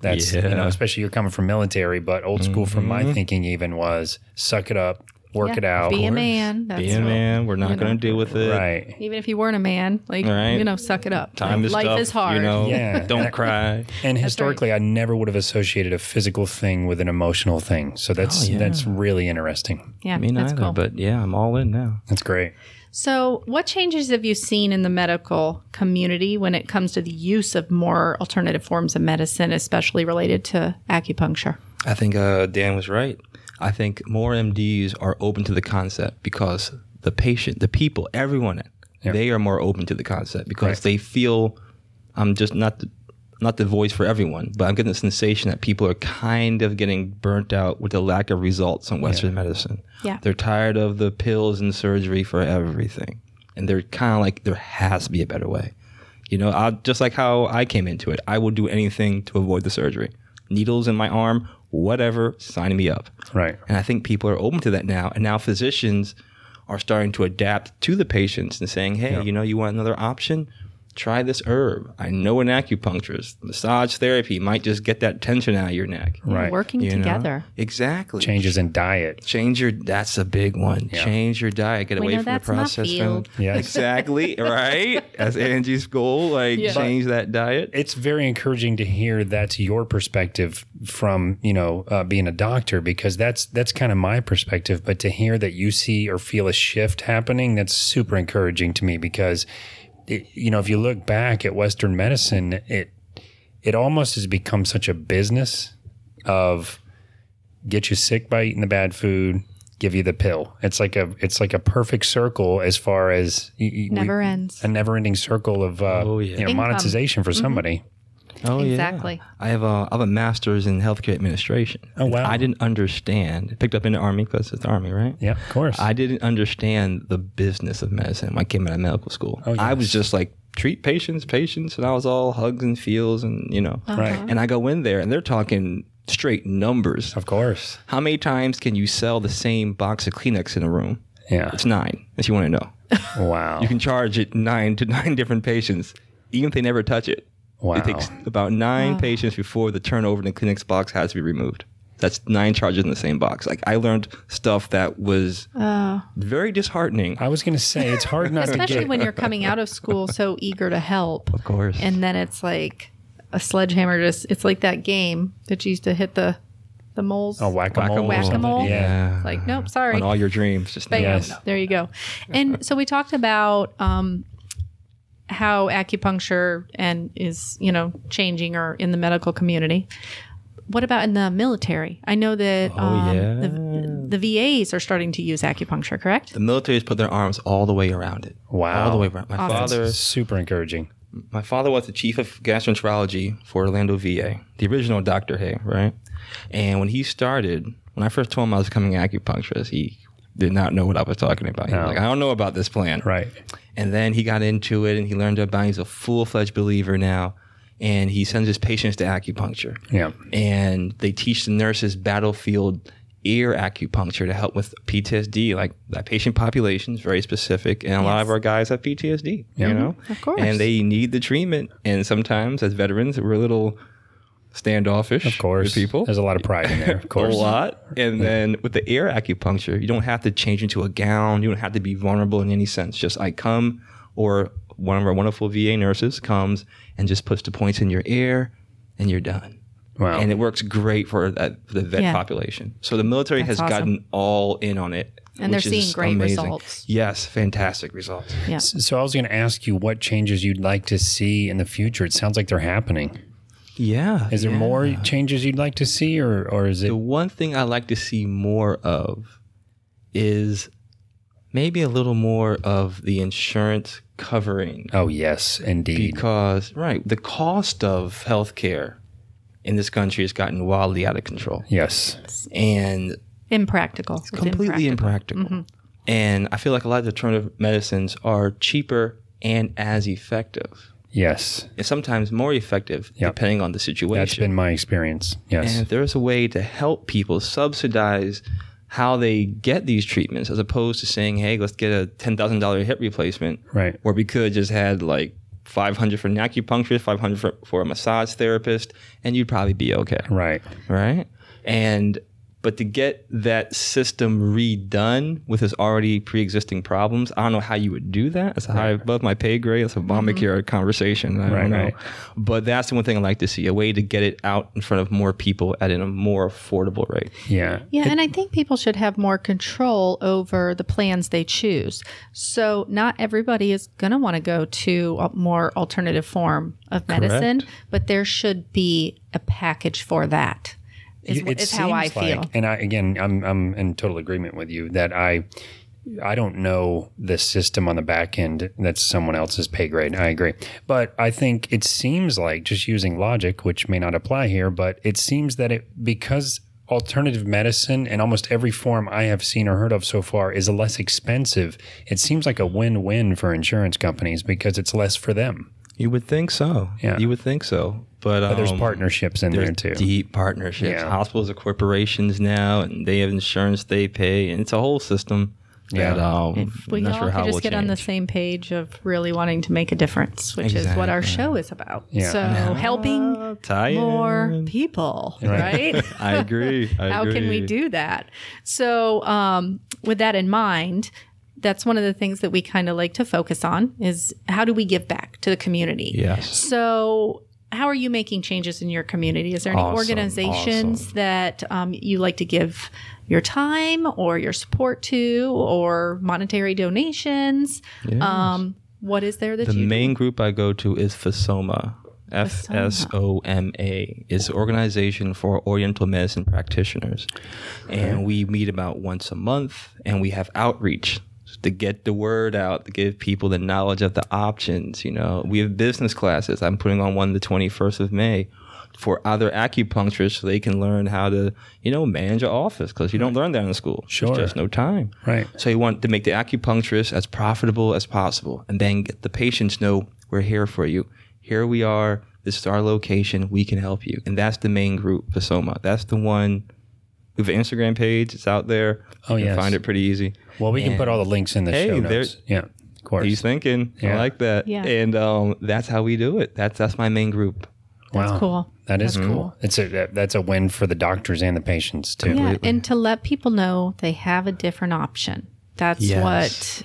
Speaker 2: That's you
Speaker 4: Yeah.
Speaker 2: know especially you're coming from military, but old school from my thinking even was suck it up, work
Speaker 5: Yeah.
Speaker 2: it out,
Speaker 5: Be a man. That's
Speaker 4: Being a
Speaker 5: what-
Speaker 4: man, we're
Speaker 5: you
Speaker 4: not going
Speaker 5: know.
Speaker 4: to deal with it.
Speaker 2: right?
Speaker 5: Even if you weren't a man, like
Speaker 4: Right.
Speaker 5: you know, suck it up.
Speaker 4: Time
Speaker 5: Like,
Speaker 4: is
Speaker 5: life
Speaker 4: tough,
Speaker 5: is hard.
Speaker 4: You know,
Speaker 2: Yeah.
Speaker 4: don't cry.
Speaker 2: And historically, I never would have associated a physical thing with an emotional thing. So that's that's really interesting.
Speaker 5: Yeah,
Speaker 4: Me
Speaker 5: that's
Speaker 4: neither,
Speaker 5: cool.
Speaker 4: but yeah, I'm all in now.
Speaker 2: That's great.
Speaker 5: so, what changes have you seen in the medical community when it comes to the use of more alternative forms of medicine, especially related to acupuncture?
Speaker 4: I think uh, Dan was right. I think more MDs are open to the concept because the patient, the people, everyone, they are more open to the concept because they feel I'm just not the, not the voice for everyone, but I'm getting the sensation that people are kind of getting burnt out with the lack of results in Western medicine.
Speaker 5: Yeah.
Speaker 4: They're tired of the pills and surgery for everything. And they're kind of like, there has to be a better way. You know, I, just like how I came into it, I will do anything to avoid the surgery. Needles in my arm, whatever, sign me up.
Speaker 2: Right.
Speaker 4: And I think people are open to that now. And now physicians are starting to adapt to the patients and saying, hey, you know, you want another option? Try this herb. I know an acupuncturist. Massage therapy might just get that tension out of your neck.
Speaker 2: Right.
Speaker 5: Working
Speaker 4: You know?
Speaker 5: together.
Speaker 4: Exactly.
Speaker 2: Changes in diet.
Speaker 4: Change your. That's a big one. Change your diet. Get
Speaker 5: We
Speaker 4: away
Speaker 5: know
Speaker 4: from
Speaker 5: that's
Speaker 4: the
Speaker 5: my
Speaker 4: processed
Speaker 5: field.
Speaker 4: food.
Speaker 2: Yes.
Speaker 4: Exactly. right. That's Angie's goal. Like change that diet.
Speaker 2: it's very encouraging to hear that's your perspective from you know uh, being a doctor because that's that's kind of my perspective but to hear that you see or feel a shift happening that's super encouraging to me because it, you know if you look back at western medicine it it almost has become such a business of get you sick by eating the bad food give you the pill it's like a it's like a perfect circle as far as y- y- we-
Speaker 5: Never ends.
Speaker 2: a never-ending circle of uh,
Speaker 4: Oh, yeah.
Speaker 2: you know,
Speaker 5: Income. Mm-hmm.
Speaker 2: monetization for somebody
Speaker 4: Oh
Speaker 5: Exactly.
Speaker 4: I have a I have a master's in healthcare administration.
Speaker 2: Oh, wow.
Speaker 4: I didn't understand. Picked up in the army because it's the army, right?
Speaker 2: Yeah, of course.
Speaker 4: I didn't understand the business of medicine when I came out of medical school.
Speaker 2: Oh,
Speaker 4: I was just like treat patients, patients, and I was all hugs and feels, and you know.
Speaker 2: Right.
Speaker 4: And I go in there, and they're talking straight numbers.
Speaker 2: of course.
Speaker 4: How many times can you sell the same box of Kleenex in a room?
Speaker 2: Yeah.
Speaker 4: It's nine, if you want to know.
Speaker 2: Wow.
Speaker 4: You can charge it nine to nine different patients, even if they never touch it.
Speaker 2: Wow.
Speaker 4: It takes about nine patients before the turnover in the Kleenex box has to be removed. That's nine charges in the same box. Like I learned stuff that was very disheartening.
Speaker 2: I was going to say it's hard not to
Speaker 5: Especially
Speaker 2: get.
Speaker 5: when you're coming out of school so eager to help.
Speaker 4: Of course.
Speaker 5: And then it's like a sledgehammer just it's like that game that you used to hit the the moles.
Speaker 2: oh, whack a mole.
Speaker 5: Whack-a-mole.
Speaker 2: Yeah.
Speaker 5: It's like, nope, sorry.
Speaker 4: On all your dreams, just
Speaker 5: Bam.
Speaker 2: Yes.
Speaker 5: There you go. And so we talked about um, how acupuncture and is you know changing or in the medical community. What about in the military? I know that
Speaker 4: Oh,
Speaker 5: um, the, the VAs are starting to use acupuncture, correct?
Speaker 4: the military's put their arms all the way around it.
Speaker 2: Wow.
Speaker 4: All the way around. My father
Speaker 2: Super encouraging.
Speaker 4: my father was the chief of gastroenterology for Orlando VA, the original Dr. Hay, right? And when he started, when I first told him I was becoming an acupuncturist, he did not know what I was talking about. He was like, I don't know about this plan.
Speaker 2: Right.
Speaker 4: And then he got into it and he learned about it. He's a full fledged believer now. And he sends his patients to acupuncture.
Speaker 2: Yeah.
Speaker 4: And they teach the nurses battlefield ear acupuncture to help with PTSD. Like that patient population is very specific. And a lot of our guys have PTSD, you know?
Speaker 5: Of course.
Speaker 4: And they need the treatment. And sometimes as veterans, we're a little standoffish
Speaker 2: Of course.
Speaker 4: with people.
Speaker 2: There's a lot of pride in there. Of
Speaker 4: A
Speaker 2: course.
Speaker 4: lot. And then with the ear acupuncture, you don't have to change into a gown. You don't have to be vulnerable in any sense. Just I come or one of our wonderful VA nurses comes and just puts the points in your ear and you're done.
Speaker 2: Wow.
Speaker 4: and it works great for that for the vet
Speaker 5: Yeah.
Speaker 4: population. So the military
Speaker 5: That's
Speaker 4: has
Speaker 5: awesome.
Speaker 4: gotten all in on it,
Speaker 5: And they're
Speaker 4: which
Speaker 5: seeing
Speaker 4: is
Speaker 5: great
Speaker 4: amazing.
Speaker 5: results.
Speaker 4: Yes, fantastic results.
Speaker 5: Yeah.
Speaker 2: So I was going to ask you what changes you'd like to see in the future. It sounds like they're happening.
Speaker 4: Yeah,
Speaker 2: Is there
Speaker 4: yeah.
Speaker 2: more changes you'd like to see, or or is it
Speaker 4: The one thing I like to see more of is maybe a little more of the insurance covering
Speaker 2: Oh yes, indeed.
Speaker 4: because right the cost of healthcare in this country has gotten wildly out of control
Speaker 2: yes.
Speaker 4: and
Speaker 5: Impractical. It's
Speaker 4: completely impractical.
Speaker 2: Mm-hmm.
Speaker 4: And I feel like a lot of alternative medicines are cheaper and as effective,
Speaker 2: Yes.
Speaker 4: and sometimes more effective
Speaker 2: Yep.
Speaker 4: depending on the
Speaker 2: That's
Speaker 4: situation.
Speaker 2: been my experience. Yes.
Speaker 4: and if there's a way to help people subsidize how they get these treatments as opposed to saying, hey, let's get a $10,000 hip replacement,
Speaker 2: Right.
Speaker 4: where we could have just had like 500 for an acupuncturist, 500 for, for a massage therapist, and you'd probably be okay
Speaker 2: right.
Speaker 4: right? And but to get that system redone with its already pre-existing problems, I don't know how you would do that. It's high above my pay grade. It's a Obamacare conversation. I
Speaker 2: Mm-hmm. Right,
Speaker 4: don't know.
Speaker 2: right.
Speaker 4: But that's the one thing I like to see: a way to get it out in front of more people at a more affordable rate.
Speaker 2: Yeah.
Speaker 5: Yeah, and I think people should have more control over the plans they choose. So not everybody is going to want to go to a more alternative form of medicine, but there should be a package for that. Is,
Speaker 2: It- it
Speaker 5: is how I
Speaker 2: seems
Speaker 5: feel.
Speaker 2: like- and I again, I'm I'm in total agreement with you that I I don't know the system on the back end that's someone else's pay grade. I agree, but I think it seems like just using logic, which may not apply here, but it seems that it because alternative medicine and almost every form I have seen or heard of so far is less expensive. It seems like a win-win for insurance companies because it's less for them.
Speaker 4: You would think so.
Speaker 2: Yeah.
Speaker 4: You would think so. But,
Speaker 2: But there's
Speaker 4: um,
Speaker 2: partnerships in there too.
Speaker 4: Deep partnerships.
Speaker 2: Yeah.
Speaker 4: Hospitals are corporations now, and they have insurance they pay, and it's a whole system.
Speaker 2: Yeah.
Speaker 4: That, um,
Speaker 5: We
Speaker 4: I'm not
Speaker 5: all
Speaker 4: sure how
Speaker 5: could
Speaker 4: will
Speaker 5: just get on the
Speaker 4: change.
Speaker 5: same page of really wanting to make a difference, which is what our show is about.
Speaker 2: Yeah.
Speaker 5: So helping
Speaker 4: Tie
Speaker 5: more
Speaker 4: in.
Speaker 5: people,
Speaker 2: Right.
Speaker 5: right?
Speaker 4: I agree. I
Speaker 5: how can we
Speaker 4: agree.
Speaker 5: do that so um, with that in mind that's one of the things that we kind of like to focus on is how do we give back to the community
Speaker 4: Yes.
Speaker 5: so how are you making changes in your community is there any
Speaker 4: Awesome,
Speaker 5: organizations that um, you like to give your time or your support to or monetary donations um, what is there that
Speaker 4: The
Speaker 5: you
Speaker 4: main group I go to is FSOMA. F S O M A. It's an organization for Oriental medicine practitioners. And we meet about once a month and we have outreach to get the word out, to give people the knowledge of the options. You know, we have business classes. I'm putting on one the 21st of May for other acupuncturists so they can learn how to, you know, manage an office because you don't learn that in school.
Speaker 2: Sure.
Speaker 4: There's just no time.
Speaker 2: Right.
Speaker 4: So you want to make the acupuncturist as profitable as possible and then get the patients know we're here for you. Here we are. This is our location. We can help you. And that's the main group, Pasoma. That's the one. We have an Instagram page. It's out there.
Speaker 2: Oh,
Speaker 4: You
Speaker 2: yes.
Speaker 4: can find it pretty easy.
Speaker 2: Well, we can
Speaker 4: And
Speaker 2: put all the links in the
Speaker 4: Hey,
Speaker 2: show
Speaker 4: there-
Speaker 2: notes. Yeah, of course.
Speaker 4: He's thinking.
Speaker 2: Yeah.
Speaker 4: I like that.
Speaker 5: Yeah.
Speaker 4: And um, that's how we do it. That's that's my main group.
Speaker 5: That's cool.
Speaker 2: That is cool. It's a that, that's a win for the doctors and the patients too.
Speaker 5: Yeah, and to let people know they have a different option. That's
Speaker 4: Yes.
Speaker 5: what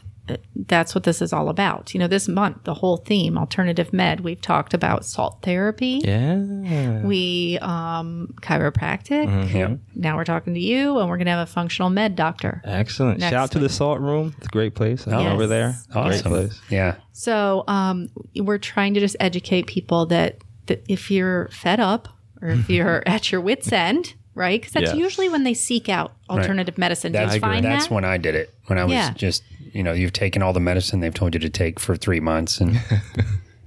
Speaker 5: that's what this is all about. You know, this month the whole theme alternative med. We've talked about salt therapy.
Speaker 4: Yeah.
Speaker 5: We um chiropractic.
Speaker 4: Mm-hmm.
Speaker 2: Yeah.
Speaker 5: Now we're talking to you and we're going to have a functional med doctor.
Speaker 4: Excellent.
Speaker 5: Next
Speaker 4: Shout out to the Salt Room. It's a great place. I'm
Speaker 5: Yes.
Speaker 4: over there. Great
Speaker 2: Awesome.
Speaker 4: place.
Speaker 2: Yeah.
Speaker 5: So, um we're trying to just educate people that, that if you're fed up or if you're at your wits end, right? Cuz that's
Speaker 4: Yes.
Speaker 5: usually when they seek out alternative medicine. Did
Speaker 2: That's
Speaker 5: you find
Speaker 2: that's
Speaker 5: that?
Speaker 2: when I did it. When I was
Speaker 5: Yeah.
Speaker 2: just you know you've taken all the medicine they've told you to take for three months and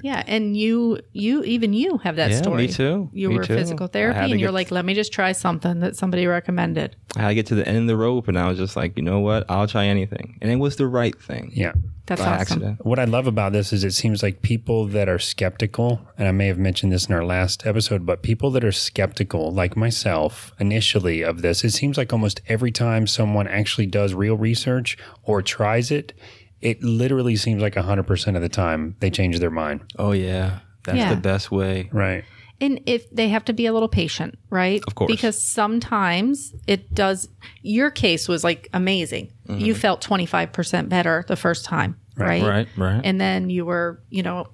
Speaker 5: Yeah, and you, you, even you have that
Speaker 4: Yeah, me
Speaker 5: story.
Speaker 4: too.
Speaker 5: You
Speaker 4: Me
Speaker 5: were
Speaker 4: too.
Speaker 5: physical
Speaker 4: I had
Speaker 5: therapy,
Speaker 4: to
Speaker 5: and you're
Speaker 4: get-
Speaker 5: like, "Let me just try something that somebody recommended."
Speaker 4: I get to the end of the rope and I was just like, you know what? I'll try anything. And it was the right thing.
Speaker 2: yeah.
Speaker 5: That's
Speaker 4: By
Speaker 5: awesome.
Speaker 4: accident.
Speaker 2: What I love about this is it seems like people that are skeptical, and I may have mentioned this in our last episode, but people that are skeptical, like myself, initially of this, it seems like almost every time someone actually does real research or tries it, it literally seems like 100% of the time they change their mind.
Speaker 4: Oh yeah. That's
Speaker 5: Yeah.
Speaker 4: the best way.
Speaker 2: Right.
Speaker 5: And if they have to be a little patient, right? Of
Speaker 4: course.
Speaker 5: because sometimes it does. Your case was like amazing. You felt 25 percent better the first time, right?
Speaker 4: Mm-hmm. Right, right.
Speaker 5: And then you were, you know,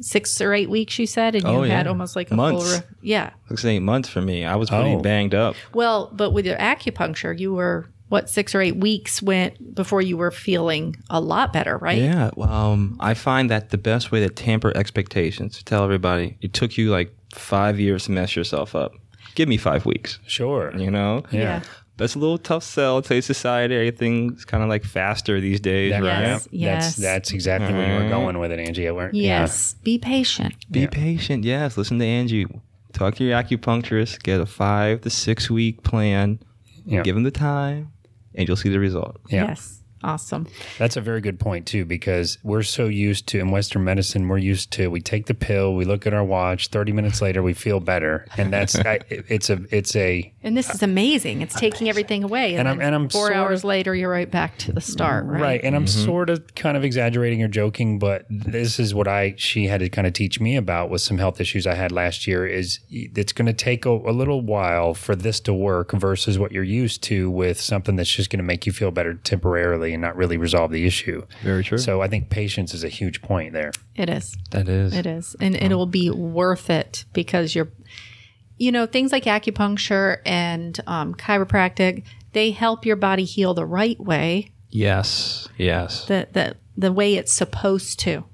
Speaker 5: six or eight weeks, you said, and you
Speaker 4: Oh,
Speaker 5: had
Speaker 4: yeah.
Speaker 5: almost like a
Speaker 4: Months.
Speaker 5: full. Re- yeah.
Speaker 4: Six and eight months for me. I was pretty
Speaker 2: Oh.
Speaker 4: banged up.
Speaker 5: Well, but with your acupuncture, you were what six or eight weeks went before you were feeling a lot better, right?
Speaker 4: Yeah. Well, um, I find that the best way to tamper expectations, to tell everybody, it took you like five years to mess yourself up. Give me five weeks,
Speaker 2: Sure.
Speaker 4: you know?
Speaker 5: Yeah.
Speaker 4: That's a little tough sell. Today's society, everything's kind of like faster these days,
Speaker 2: That-
Speaker 4: right?
Speaker 5: Yes,
Speaker 2: yeah, That's
Speaker 5: yes.
Speaker 2: that's exactly where you were going with it, Angie. Where,
Speaker 5: Yes. Be patient.
Speaker 4: Be patient. Yes. Listen to Angie. Talk to your acupuncturist. Get a five to six week plan.
Speaker 2: Yeah.
Speaker 4: Give them the time, and you'll see the result.
Speaker 2: Yeah.
Speaker 5: Yes. Awesome.
Speaker 2: That's a very good point too, because we're so used to in Western medicine, we're used to we take the pill, we look at our watch, thirty minutes later we feel better, and that's I, it's a it's a
Speaker 5: And this is amazing. It's taking everything away,
Speaker 2: And I'm-
Speaker 5: then
Speaker 2: and I'm
Speaker 5: four
Speaker 2: sorta-
Speaker 5: hours later, you're right back to the start, right?
Speaker 2: right. And I'm
Speaker 4: Mm-hmm.
Speaker 2: sort of kind of exaggerating or joking, but this is what I she had to kind of teach me about with some health issues I had last year. Is it's going to take a, a little while for this to work versus what you're used to with something that's just going to make you feel better temporarily and not really resolve the issue.
Speaker 4: Very true.
Speaker 2: So I think patience is a huge point there.
Speaker 5: It is.
Speaker 4: that is.
Speaker 5: It is. And it'll be worth it because you're, you know, things like acupuncture and um, chiropractic, they help your body heal the right way,
Speaker 4: Yes. Yes.
Speaker 5: the, the, the way it's supposed to.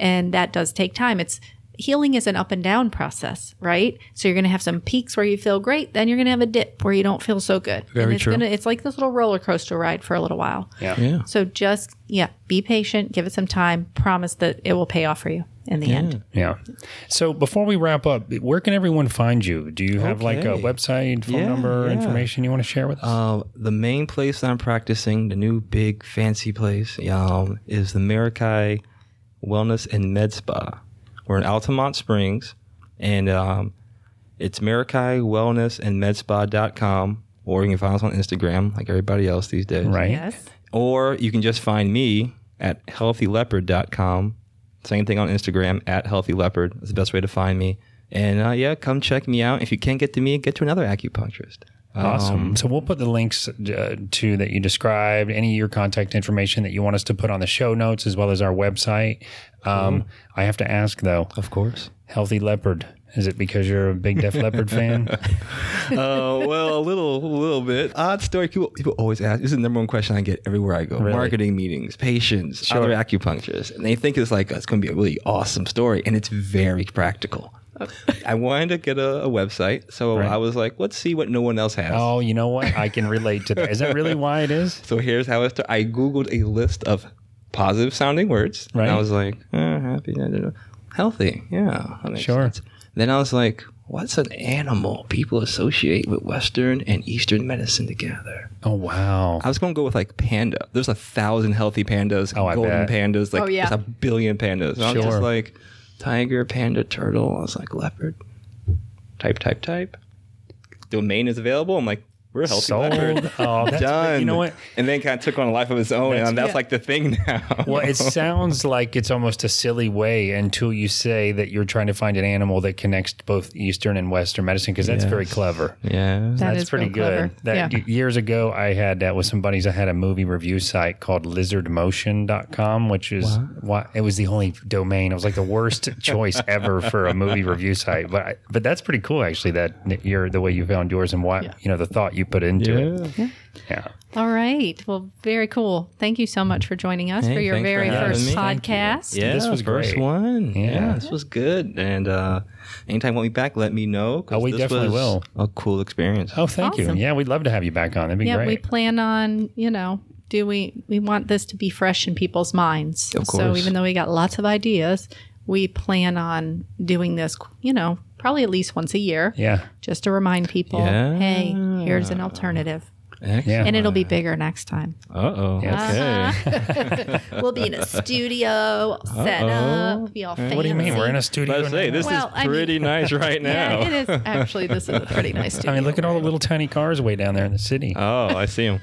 Speaker 5: And that does take time. It's healing is an up and down process, right? So you're going to have some peaks where you feel great, then you're going to have a dip where you don't feel so good. Very it's
Speaker 4: true.
Speaker 5: Gonna, it's like this little roller coaster ride for a little while.
Speaker 4: yeah.
Speaker 5: So just, yeah, be patient, give it some time, promise that it will pay off for you in the end.
Speaker 2: Yeah. So before we wrap up, where can everyone find you? Do you have like a
Speaker 4: Okay.
Speaker 2: website, phone
Speaker 4: Yeah,
Speaker 2: number,
Speaker 4: yeah.
Speaker 2: information you want to share with us?
Speaker 4: Uh, the main place that I'm practicing, the new big fancy place, um, is the Marikai Wellness and Med Spa. We're in Altamont Springs, and um, it's Marikai Wellness and Med Spa.com, or you can find us on Instagram, like everybody else these days.
Speaker 2: right.
Speaker 5: Yes.
Speaker 4: Or you can just find me at healthyleopard.com. Same thing on Instagram at healthyleopard. That's the best way to find me. And uh, yeah, come check me out. If you can't get to me, get to another acupuncturist.
Speaker 2: Awesome. Um, so we'll put the links uh, to that you described, any of your contact information that you want us to put on the show notes, as well as our website. Um, I have to ask though,
Speaker 4: Of course.
Speaker 2: Healthy Leopard, is it because you're a big Def Leopard fan?
Speaker 4: Oh well, a little, a little bit. Odd story. People, people always ask. This is the number one question I get everywhere I go. Marketing meetings, patients, other acupuncturists, and they think it's like it's going to be a really awesome story, and it's very practical. I wanted to get a, a website, so I was like, let's see what no one else has.
Speaker 2: Oh, you know what? I can relate to that. Is that really why it is?
Speaker 4: So here's how I started. I googled a list of positive sounding words, and
Speaker 2: Right.
Speaker 4: I was like, eh, happy, da, da, da. healthy, yeah, that makes
Speaker 2: Sure.
Speaker 4: sense. Then I was like, what's an animal people associate with Western and Eastern medicine together?
Speaker 2: Oh, wow.
Speaker 4: I was gonna go with like panda. There's a thousand healthy pandas,
Speaker 2: Oh, I
Speaker 4: golden
Speaker 2: bet.
Speaker 4: pandas, like
Speaker 5: Oh, yeah.
Speaker 4: there's a billion pandas. And I was
Speaker 2: Sure.
Speaker 4: just like tiger, panda, turtle. I was like leopard. Type, type, type. Domain is available. I'm like, we're a healthy leopard.
Speaker 2: Sold. Oh, that's,
Speaker 4: Done.
Speaker 2: You know what?
Speaker 4: And then kind of took on a life of its own,
Speaker 2: That's-
Speaker 4: and that's
Speaker 2: yeah.
Speaker 4: like the thing now.
Speaker 2: Well, it sounds like it's almost a silly way until you say that you're trying to find an animal that connects to both Eastern and Western medicine because that's very clever.
Speaker 4: yeah.
Speaker 5: That
Speaker 2: that's
Speaker 5: is
Speaker 2: pretty
Speaker 5: real clever.
Speaker 2: good. That
Speaker 5: yeah.
Speaker 2: years ago, I had that with some buddies. I had a movie review site called lizardmotion.com, which is why it was the only domain. It was like the worst choice ever for a movie review site. But I, but that's pretty cool actually that you're the way you found yours and what, you know, the thought you put into it. Yeah.
Speaker 5: All right. Well, very cool. Thank you so much for joining us
Speaker 4: Hey,
Speaker 5: for your
Speaker 4: thanks for
Speaker 5: very
Speaker 4: having
Speaker 5: first
Speaker 4: me. Thank
Speaker 5: podcast.
Speaker 4: Yeah,
Speaker 2: This was
Speaker 4: first
Speaker 2: great.
Speaker 4: one.
Speaker 2: Yeah.
Speaker 4: Yeah. this was good. And uh, anytime you want me back, let me know. 'cause
Speaker 2: Oh, we
Speaker 4: this
Speaker 2: definitely
Speaker 4: was
Speaker 2: will.
Speaker 4: A cool experience.
Speaker 2: Oh, thank
Speaker 5: Awesome.
Speaker 2: you. Yeah, we'd love to have you back on. That'd be
Speaker 5: Yeah,
Speaker 2: great.
Speaker 5: we plan on, you know, do we we want this to be fresh in people's minds.
Speaker 4: Of
Speaker 5: So
Speaker 4: course.
Speaker 5: even though we got lots of ideas, we plan on doing this, you know, probably at least once a year.
Speaker 2: yeah.
Speaker 5: Just to remind people,
Speaker 4: Yeah.
Speaker 5: hey, here's an alternative.
Speaker 2: Uh-huh.
Speaker 4: Excellent.
Speaker 5: And it'll be bigger next time.
Speaker 4: Uh oh.
Speaker 5: Okay. We'll be in a studio set up, be all fancy.
Speaker 2: What do you mean? We're in a studio.
Speaker 4: Let's say
Speaker 2: now.
Speaker 4: this
Speaker 5: Well,
Speaker 4: is
Speaker 5: I mean-
Speaker 4: pretty nice right now.
Speaker 5: Yeah, it is actually this is a pretty nice studio.
Speaker 2: I mean, look at all the little tiny cars way down there in the city.
Speaker 4: Oh, I see him.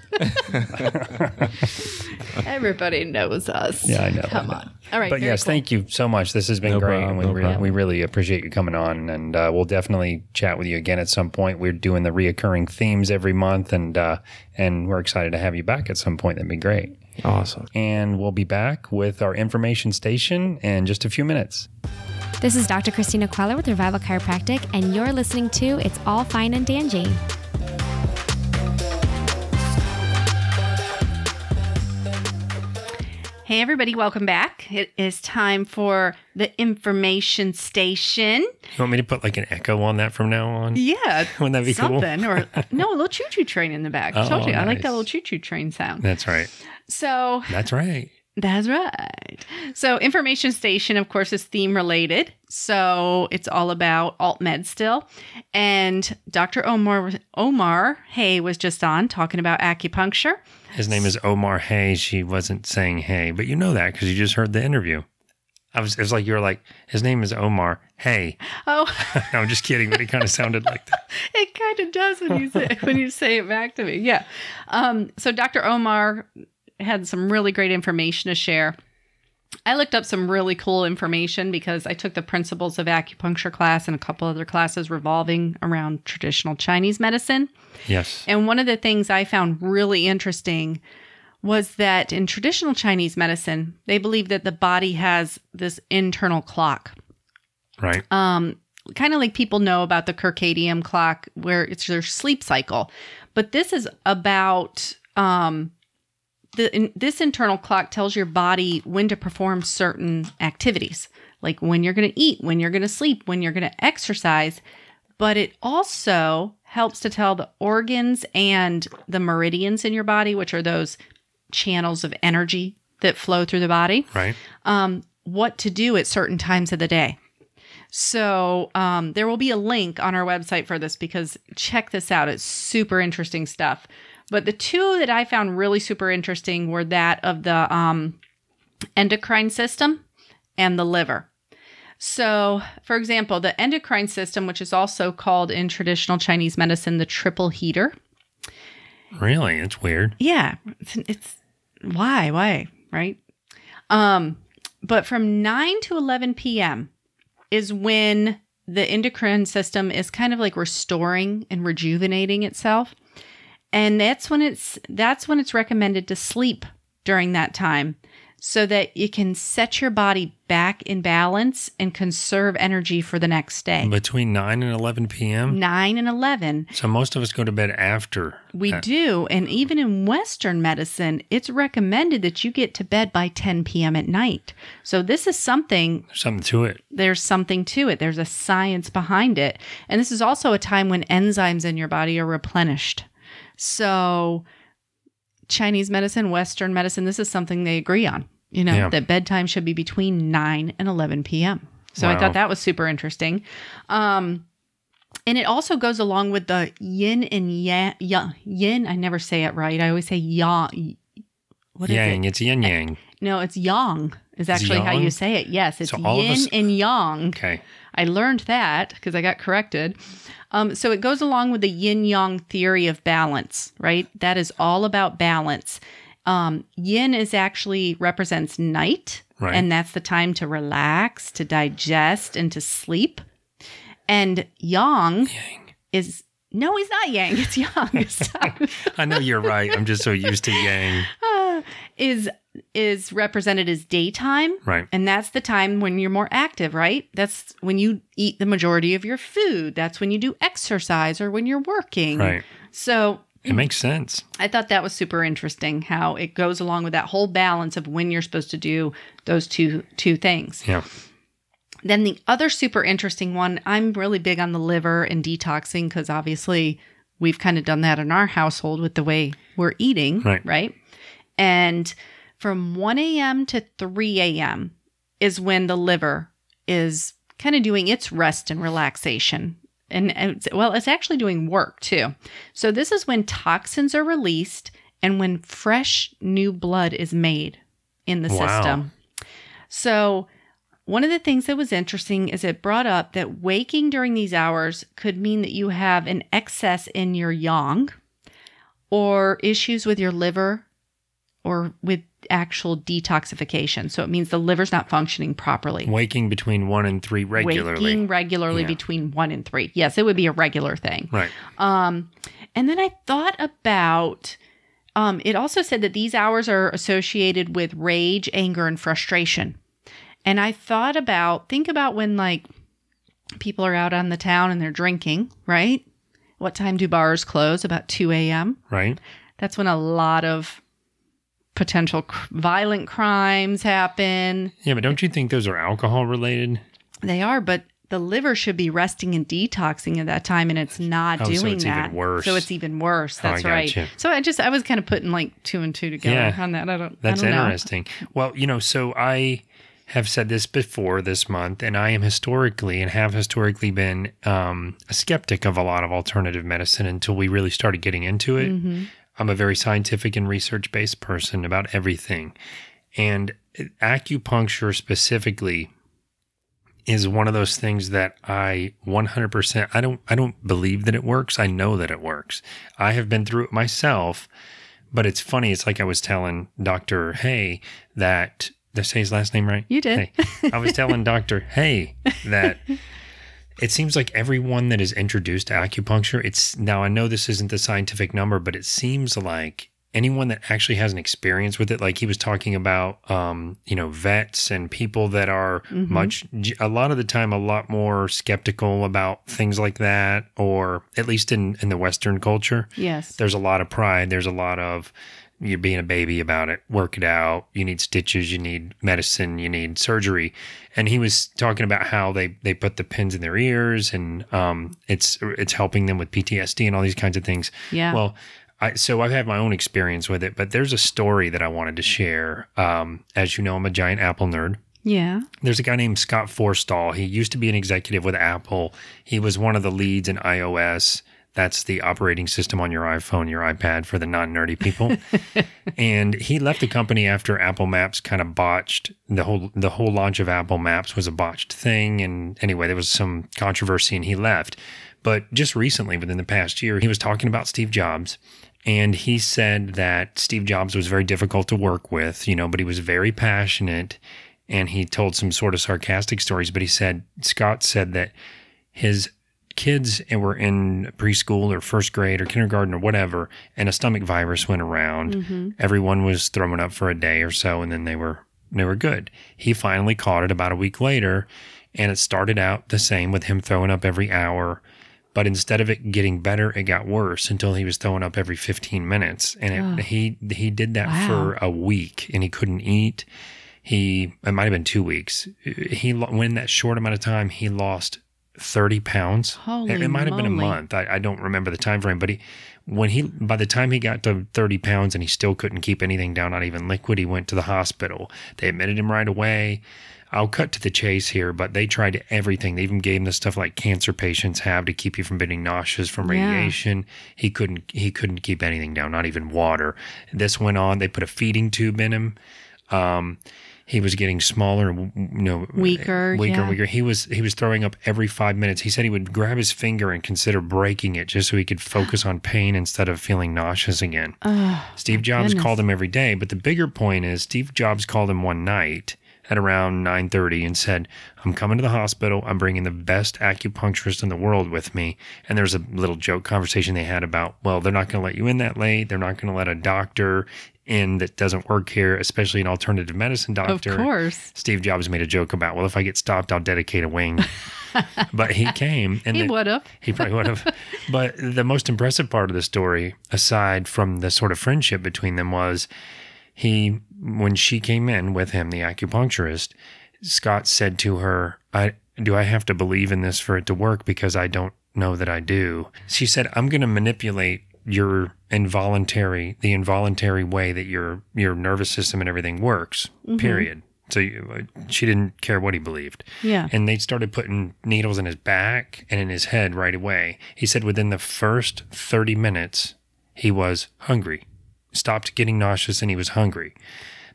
Speaker 5: Everybody knows us.
Speaker 2: Yeah, I know.
Speaker 5: Come on. All right.
Speaker 2: but
Speaker 5: very
Speaker 2: yes,
Speaker 5: cool.
Speaker 2: thank you so much. This has been great,
Speaker 4: problem,
Speaker 2: and we,
Speaker 4: no
Speaker 2: re-
Speaker 4: problem.
Speaker 2: we really appreciate you coming on. And uh, we'll definitely chat with you again at some point. We're doing the reoccurring themes every month, and uh, and we're excited to have you back at some point. That'd be great.
Speaker 4: awesome.
Speaker 2: And we'll be back with our information station in just a few minutes.
Speaker 6: This is Dr. Christina Queller with Revival Chiropractic, and you're listening to It's All Fine and Dangy.
Speaker 3: Hey, everybody, welcome back. It is time for the information station.
Speaker 2: You want me to put like an echo on that from now on?
Speaker 3: Yeah.
Speaker 2: Wouldn't that be cool?
Speaker 3: something, or no, a little choo choo train in the back. I
Speaker 2: Oh,
Speaker 3: told you, I like that
Speaker 2: nice.
Speaker 3: little choo choo train sound.
Speaker 2: That's right.
Speaker 3: So
Speaker 2: That's right.
Speaker 3: That's right. So, information station, of course, is theme related. So, it's all about alt med still. And Dr. Omar Omar Hay was just on talking about acupuncture.
Speaker 2: His name is Omar Hay. She wasn't saying hey, but you know that because you just heard the interview. I was, it was like you were like, his name is Omar Hay.
Speaker 3: Oh,
Speaker 2: no, I'm just kidding, but it kind of sounded like that.
Speaker 3: it kind of does when you say when you say it back to me. Yeah. Um, so Dr. Omar had some really great information to share. I looked up some really cool information because I took the principles of acupuncture class and a couple other classes revolving around traditional Chinese medicine.
Speaker 2: Yes.
Speaker 3: And one of the things I found really interesting was that in traditional Chinese medicine, they believe that the body has this internal clock.
Speaker 2: Right.
Speaker 3: Um, kind of like people know about the circadian clock, where it's their sleep cycle. But this is about um, the in, this internal clock tells your body when to perform certain activities, like when you're going to eat, when you're going to sleep, when you're going to exercise. But it also helps to tell the organs and the meridians in your body, which are those channels of energy that flow through the body
Speaker 2: Right.
Speaker 3: um, what to do at certain times of the day. So um, there will be a link on our website for this because check this out. It's super interesting stuff. But the two that I found really super interesting were that of the um, endocrine system and the liver. So, for example, the endocrine system, which is also called in traditional Chinese medicine the triple heater.
Speaker 2: Really? It's weird.
Speaker 3: Yeah, it's, it's why, why, right? Um, but from 9 to 11 p.m. is when the endocrine system is kind of like restoring and rejuvenating itself. And that's when it's that's when it's recommended to sleep during that time so that you can set your body back in balance and conserve energy for the next day.
Speaker 2: Between 9 and 11 p.m.
Speaker 3: 9 and 11
Speaker 2: So most of us go to bed after.
Speaker 3: we
Speaker 2: that.
Speaker 3: do. And even in Western medicine, it's recommended that you get to bed by 10 p.m. at night. So this is something,
Speaker 2: There's something to it.
Speaker 3: there's something to it. There's a science behind it. And this is also a time when enzymes in your body are replenished. So Chinese medicine, Western medicine, this is something they agree on, you know,
Speaker 2: Yeah.
Speaker 3: that bedtime should be between 9 and 11 p.m. So I
Speaker 2: Wow.
Speaker 3: thought that was super interesting. Um, and it also goes along with the yin and yang. Yin, I never say it right. I always say yang. What is
Speaker 2: yang.
Speaker 3: it?
Speaker 2: It's yin yang.
Speaker 3: No, it's yang. Is actually how
Speaker 2: yang?
Speaker 3: you say it. Yes, it's
Speaker 2: So all of
Speaker 3: yin
Speaker 2: us-
Speaker 3: and yang.
Speaker 2: Okay.
Speaker 3: I learned that because I got corrected. Um, so it goes along with the yin yang theory of balance, right? That is all about balance. Um, yin is actually represents night,
Speaker 2: Right.
Speaker 3: and that's the time to relax, to digest, and to sleep. And yang, is no, he's not yang. It's yang. Stop.
Speaker 2: I know you're right. I'm just so used to yang.
Speaker 3: Ah, is is represented as daytime.
Speaker 2: Right.
Speaker 3: And that's the time when you're more active, right? That's when you eat the majority of your food. That's when you do exercise or when you're working.
Speaker 2: Right.
Speaker 3: So
Speaker 2: It makes sense.
Speaker 3: I thought that was super interesting how it goes along with that whole balance of when you're supposed to do those two two things.
Speaker 2: Yeah.
Speaker 3: Then the other super interesting one, I'm really big on the liver and detoxing because obviously we've kind of done that in our household with the way we're eating,
Speaker 2: Right.
Speaker 3: And from 1 a.m. to 3 a.m. is when the liver is kind of doing its rest and relaxation. And, and it's- well, it's actually doing work too. So this is when toxins are released and when fresh new blood is made in the
Speaker 2: Wow.
Speaker 3: system. So one of the things that was interesting is it brought up that waking during these hours could mean that you have an excess in your yang or issues with your liver or with actual detoxification. So it means the liver's not functioning properly.
Speaker 2: Waking between 1 and 3 regularly.
Speaker 3: Waking regularly
Speaker 2: Yeah.
Speaker 3: between one and three. Yes, it would be a regular thing.
Speaker 2: Right.
Speaker 3: Um, and then I thought about um, it also said that these hours are associated with rage, anger, and frustration. And I thought about, think about when like people are out on the town and they're drinking, right? What time do bars close? About 2 a.m.
Speaker 2: right?
Speaker 3: That's when a lot of potential cr- violent crimes happen.
Speaker 2: Yeah, but don't you think those are alcohol related?
Speaker 3: They are, but the liver should be resting and detoxing at that time, and it's not
Speaker 2: Oh, so
Speaker 3: doing
Speaker 2: it's even
Speaker 3: that.
Speaker 2: worse.
Speaker 3: So it's even worse.
Speaker 2: Oh, I
Speaker 3: That's right.
Speaker 2: gotcha.
Speaker 3: So I just I was kind of putting like two and two together
Speaker 2: Yeah.
Speaker 3: on that. I don't.
Speaker 2: That's
Speaker 3: I don't Know.
Speaker 2: interesting. Well, you know, so I have said this before this month, and I am historically and have historically been um, a skeptic of a lot of alternative medicine until we really started getting into
Speaker 3: Mm-hmm.
Speaker 2: it. I'm a very scientific and research based person about everything. And acupuncture specifically is one of those things that I 100% I don't I don't believe that it works. I know that it works. I have been through it myself, but it's funny. It's like I was telling Dr. Hay that did I say his last name right?
Speaker 3: You did.
Speaker 2: Hay. I was telling Dr. Hay that it seems like everyone that is introduced to acupuncture, it's now I know this isn't the scientific number, but it seems like anyone that actually has an experience with it, like he was talking about, um, you know, vets and people that are much, a lot of the time, a lot more skeptical about things like that, or at least in, in the Western culture
Speaker 3: Yes.
Speaker 2: there's a lot of pride. There's a lot of you're being a baby about it. Work it out. You need stitches. You need medicine. You need surgery. And he was talking about how they they put the pins in their ears and um, it's it's helping them with PTSD and all these kinds of things.
Speaker 3: Yeah.
Speaker 2: Well, I, so I've had my own experience with it, but there's a story that I wanted to share. Um, as you know, I'm a giant Apple nerd
Speaker 3: yeah.
Speaker 2: there's a guy named Scott Forstall. He used to be an executive with Apple. He was one of the leads in iOS. That's the operating system on your iPhone, your iPad for the non nerdy people. and he left the company after Apple Maps kind of botched the whole the whole launch of Apple Maps was a botched thing. And anyway, there was some controversy and he left. But just recently, within the past year, he was talking about Steve Jobs. And he said that Steve Jobs was very difficult to work with, you know, but he was very passionate and he told some sort of sarcastic stories. But he said, Scott said that his kids were in preschool or first grade or kindergarten or whatever, and a stomach virus went around. Everyone was throwing up for a day or so, and then they were they were good. He finally caught it about a week later, and it started out the same with him throwing up every hour. But instead of it getting better, it got worse until he was throwing up every 15 minutes, and it, he he did that
Speaker 3: Wow.
Speaker 2: for a week, and he couldn't eat he it might have been two weeks he lo- when that short amount of time he lost 30 pounds
Speaker 3: Holy
Speaker 2: it, it might have been a
Speaker 3: moly.
Speaker 2: month I, I don't remember the time frame but he when he by the time he got to 30 pounds and he still couldn't keep anything down not even liquid he went to the hospital they admitted him right away i'll cut to the chase here but they tried everything they even gave him the stuff like cancer patients have to keep you from getting nauseous from
Speaker 3: Yeah.
Speaker 2: radiation he couldn't he couldn't keep anything down not even water this went on they put a feeding tube in him um, he was getting smaller, and, you know, eh,
Speaker 3: Weaker,
Speaker 2: weaker,
Speaker 3: yeah.
Speaker 2: weaker. He was he was throwing up every five minutes. He said he would grab his finger and consider breaking it just so he could focus on pain instead of feeling nauseous again. Steve Jobs
Speaker 3: goodness.
Speaker 2: called him every day, but the bigger point is Steve Jobs called him one night at around 9:30 and said, "I'm coming to the hospital. I'm bringing the best acupuncturist in the world with me." And there's a little joke conversation they had about, "Well, they're not going to let you in that late. They're not going to let a doctor in that doesn't work here, especially an alternative medicine doctor."
Speaker 3: Of course.
Speaker 2: Steve Jobs made a joke about, "Well, if I get stopped, I'll dedicate a wing." but he came and
Speaker 3: He
Speaker 2: the-
Speaker 3: would have.
Speaker 2: he probably would have. but the most impressive part of the story, aside from the sort of friendship between them, was he, when she came in with him, the acupuncturist, Scott said to her, I, Do I have to believe in this for it to work? Because I don't know that I do. She said, I'm going to manipulate your involuntary the involuntary way that your your nervous system and everything works period so you, uh, she didn't care what he believed
Speaker 3: Yeah.
Speaker 2: and they started putting needles in his back and in his head right away. He said within the first 30 minutes, he was hungry, stopped getting nauseous, and he was hungry.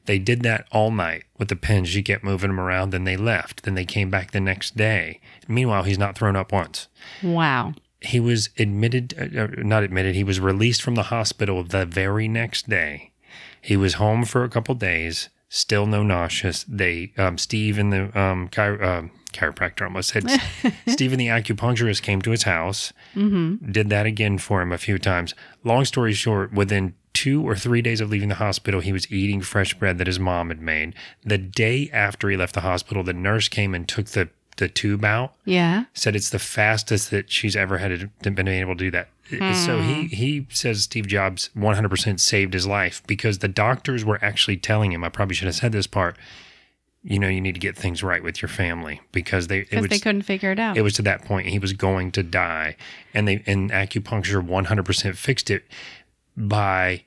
Speaker 2: They did that all night with the pins. You kept moving him around, then they left. Then they came back the next day. Meanwhile, he's not thrown up once.
Speaker 3: Wow.
Speaker 2: He was admitted, uh, uh, not admitted, he was released from the hospital the very next day. He was home for a couple days, still no nauseous. They, um, Steve and the um, chiro- um chiropractor almost said, Steve and the acupuncturist came to his house, did that again for him a few times. Long story short, within two or three days of leaving the hospital, he was eating fresh bread that his mom had made. The day after he left the hospital, the nurse came and took the, the tube out
Speaker 3: Yeah.
Speaker 2: said it's the fastest that she's ever had to- been able to do that. So
Speaker 3: Hmm.
Speaker 2: he he says Steve Jobs 100% saved his life because the doctors were actually telling him. I probably should have said this part. You know, you need to get things right with your family because they it
Speaker 3: Because
Speaker 2: was,
Speaker 3: they couldn't figure it out.
Speaker 2: it was to that point he was going to die, and they and acupuncture 100% fixed it by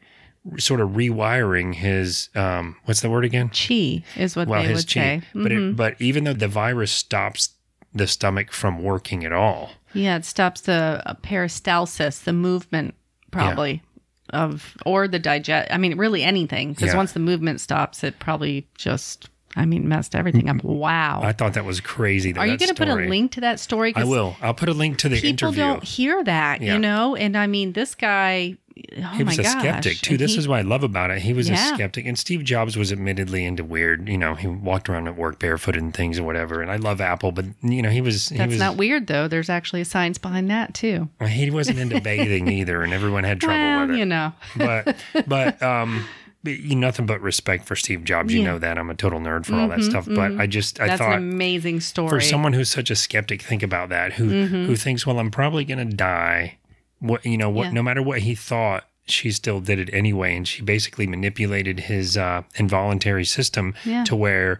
Speaker 2: sort of rewiring his um what's the word again
Speaker 3: chi is what
Speaker 2: well
Speaker 3: they
Speaker 2: his
Speaker 3: would say.
Speaker 2: chi but
Speaker 3: Mm-hmm.
Speaker 2: it, but even though the virus stops the stomach from working at all
Speaker 3: Yeah, it stops the uh, peristalsis, the movement probably of or the digest. I mean, really anything because
Speaker 2: Yeah.
Speaker 3: once the movement stops, it probably just I mean messed everything up. Wow.
Speaker 2: I thought that was crazy. That
Speaker 3: Are you
Speaker 2: that
Speaker 3: going to put a
Speaker 2: story-
Speaker 3: link to that story?
Speaker 2: I
Speaker 3: 'Cause
Speaker 2: will. I'll put a link to the
Speaker 3: People
Speaker 2: interview.
Speaker 3: don't oh hear that,
Speaker 2: Yeah.
Speaker 3: you know. And I mean, this guy. Oh
Speaker 2: he was
Speaker 3: my
Speaker 2: a
Speaker 3: gosh.
Speaker 2: skeptic too.
Speaker 3: And
Speaker 2: This
Speaker 3: he-
Speaker 2: is what I love about it. He was
Speaker 3: Yeah.
Speaker 2: a skeptic, and Steve Jobs was admittedly into weird. You know, he walked around at work barefooted and things and whatever. And I love Apple, but you know, he was he
Speaker 3: that's
Speaker 2: was
Speaker 3: not weird though. There's actually a science behind that too.
Speaker 2: he wasn't into bathing either, and everyone had trouble
Speaker 3: well,
Speaker 2: with it.
Speaker 3: you know.
Speaker 2: but but um but you nothing but respect for Steve Jobs. You
Speaker 3: Yeah. Mm-hmm,
Speaker 2: know that I'm a total nerd for all that stuff. But I just I
Speaker 3: That's
Speaker 2: thought
Speaker 3: an amazing story.
Speaker 2: for someone who's such a skeptic think about that who
Speaker 3: Mm-hmm.
Speaker 2: who thinks well i'm probably going to die what you know what
Speaker 3: Yeah.
Speaker 2: no matter what he thought she still did it anyway and she basically manipulated his uh involuntary system
Speaker 3: Yeah.
Speaker 2: to where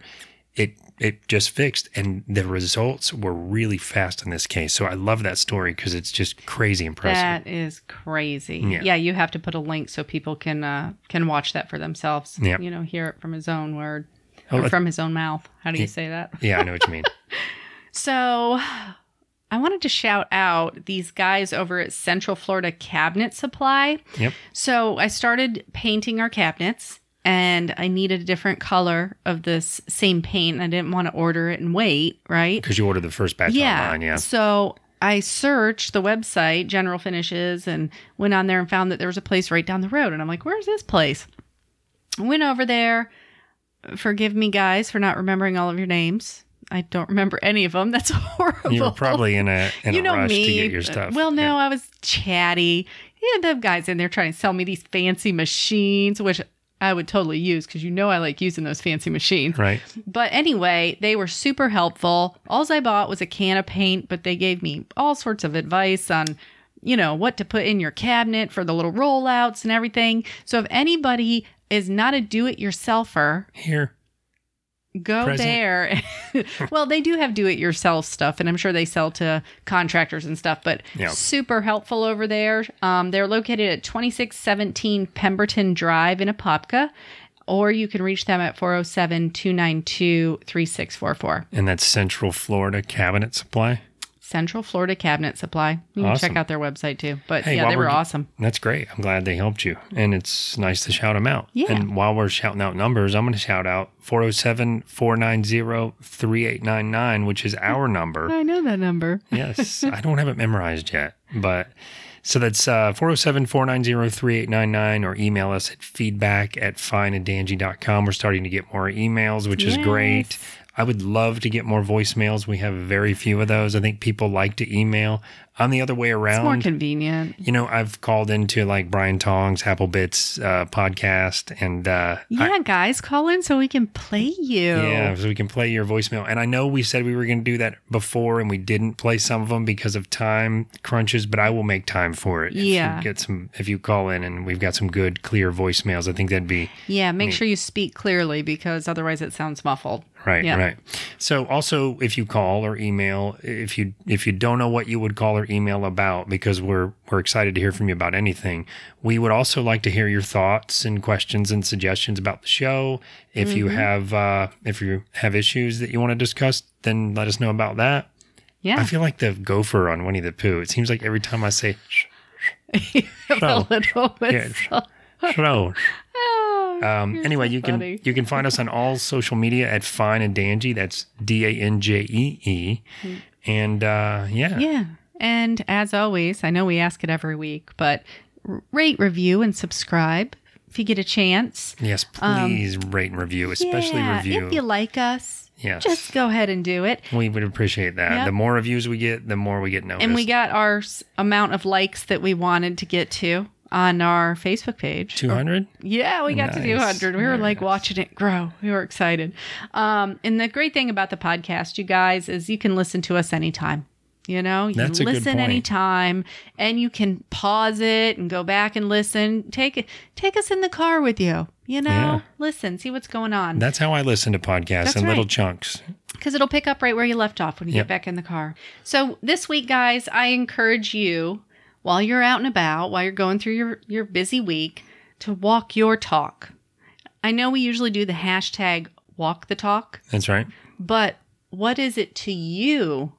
Speaker 2: it it just fixed and the results were really fast in this case so i love that story because it's just crazy impressive
Speaker 3: That is crazy.
Speaker 2: Yeah.
Speaker 3: Yeah. you have to put a link so people can uh, can watch that for themselves.
Speaker 2: Yep.
Speaker 3: You know, hear it from his own word
Speaker 2: Oh,
Speaker 3: or
Speaker 2: I-
Speaker 3: from his own mouth. How do you say that?
Speaker 2: yeah i know what you mean
Speaker 3: So I wanted to shout out these guys over at Central Florida Cabinet Supply.
Speaker 2: Yep.
Speaker 3: So I started painting our cabinets and I needed a different color of this same paint. I didn't want to order it and wait, right?
Speaker 2: because you ordered the first batch
Speaker 3: yeah.
Speaker 2: online yeah
Speaker 3: So I searched the website, General Finishes, and went on there and found that there was a place right down the road. And I'm like, where's this place? I went over there. Forgive me, guys, for not remembering all of your names. I don't remember any of them. That's horrible.
Speaker 2: you were probably in a in
Speaker 3: You
Speaker 2: a
Speaker 3: know
Speaker 2: rush
Speaker 3: me.
Speaker 2: to get your stuff
Speaker 3: Well, no,
Speaker 2: Yeah.
Speaker 3: I was chatty. Yeah, the guys in there trying to sell me these fancy machines, which I would totally use because you know I like using those fancy machines.
Speaker 2: right
Speaker 3: But anyway, they were super helpful. Alls I bought was a can of paint, but they gave me all sorts of advice on, you know, what to put in your cabinet for the little rollouts and everything. So if anybody is not a do it yourselfer,
Speaker 2: here
Speaker 3: go
Speaker 2: Present.
Speaker 3: there. well, they do have do it yourself stuff, and I'm sure they sell to contractors and stuff, but
Speaker 2: Yeah.
Speaker 3: super helpful over there. Um, they're located at 2617 Pemberton Drive in Apopka. Or you can reach them at 407 292 3644.
Speaker 2: and that's central florida cabinet supply
Speaker 3: Central Florida Cabinet Supply. You can
Speaker 2: Awesome.
Speaker 3: check out their website too. But
Speaker 2: Hey,
Speaker 3: yeah,
Speaker 2: while
Speaker 3: they were
Speaker 2: we're-
Speaker 3: awesome.
Speaker 2: That's great. I'm glad they helped you. And it's nice to shout them out.
Speaker 3: Yeah.
Speaker 2: And while we're shouting out numbers, I'm going to shout out 407 490 3899, which is our number.
Speaker 3: I know that number.
Speaker 2: yes. I don't have it memorized yet. But so that's uh, 407 490 3899 or email us at feedback at fineanddangy.com. We're starting to get more emails, which is great. I would love to get more voicemails. We have very few of those. I think people like to email. I'm the other way
Speaker 3: It's more
Speaker 2: around
Speaker 3: convenient.
Speaker 2: you know, I've called into like Brian Tong's Apple Bits uh, podcast, and uh,
Speaker 3: Yeah, guys, call in so we can play you.
Speaker 2: I, yeah, so we can play your voicemail. And I know we said we were going to do that before, and we didn't play some of them because of time crunches. But I will make time for it. if you
Speaker 3: Yeah.
Speaker 2: get some if you call in, and we've got some good, clear voicemails. I think that'd be
Speaker 3: Yeah,
Speaker 2: Mm.
Speaker 3: make sure you speak clearly because otherwise it sounds muffled.
Speaker 2: Right,
Speaker 3: Yeah.
Speaker 2: right. So also if you call or email, if you if you don't know what you would call or email about because we're we're excited to hear from you about anything, we would also like to hear your thoughts and questions and suggestions about the show. If you
Speaker 3: Mm-hmm.
Speaker 2: have uh if you have issues that you want to discuss, then let us know about that.
Speaker 3: Yeah.
Speaker 2: I feel like the gopher on Winnie the Pooh. It seems like every time I say sh-
Speaker 3: a little bit.
Speaker 2: yeah, sh- show.
Speaker 3: Oh,
Speaker 2: Um,
Speaker 3: you're
Speaker 2: anyway,
Speaker 3: so
Speaker 2: you
Speaker 3: funny.
Speaker 2: can you can find us on all social media at Fine and Danji. That's D A N J E E. And uh, yeah,
Speaker 3: Hmm. Yeah. And as always, I know we ask it every week, but r- rate, review, and subscribe if you get a chance.
Speaker 2: yes, please rate and review, especially
Speaker 3: Um, yeah,
Speaker 2: review.
Speaker 3: If you like us,
Speaker 2: yes,
Speaker 3: just go ahead and do it.
Speaker 2: we would appreciate that.
Speaker 3: Yep.
Speaker 2: The more reviews we get, the more we get noticed.
Speaker 3: And we got our s- amount of likes that we wanted to get to. on our Facebook page.
Speaker 2: 200?
Speaker 3: Oh, Yeah, we got to
Speaker 2: Nice.
Speaker 3: 200. We were like watching it grow. We were excited. Um, and the great thing about the podcast, you guys, is you can listen to us anytime. You know, you
Speaker 2: That's a good
Speaker 3: listen
Speaker 2: point.
Speaker 3: anytime and you can pause it and go back and listen. Take take us in the car with you. You know,
Speaker 2: Yeah.
Speaker 3: listen, see what's going on
Speaker 2: That's how I listen to podcasts
Speaker 3: That's
Speaker 2: in little
Speaker 3: right.
Speaker 2: chunks.
Speaker 3: because it'll pick up right where you left off when you
Speaker 2: Yep.
Speaker 3: get back in the car. So this week, guys, I encourage you while you're out and about, while you're going through your, your busy week, to walk your talk. I know we usually do the hashtag walk the talk,
Speaker 2: That's right.
Speaker 3: but what is it to you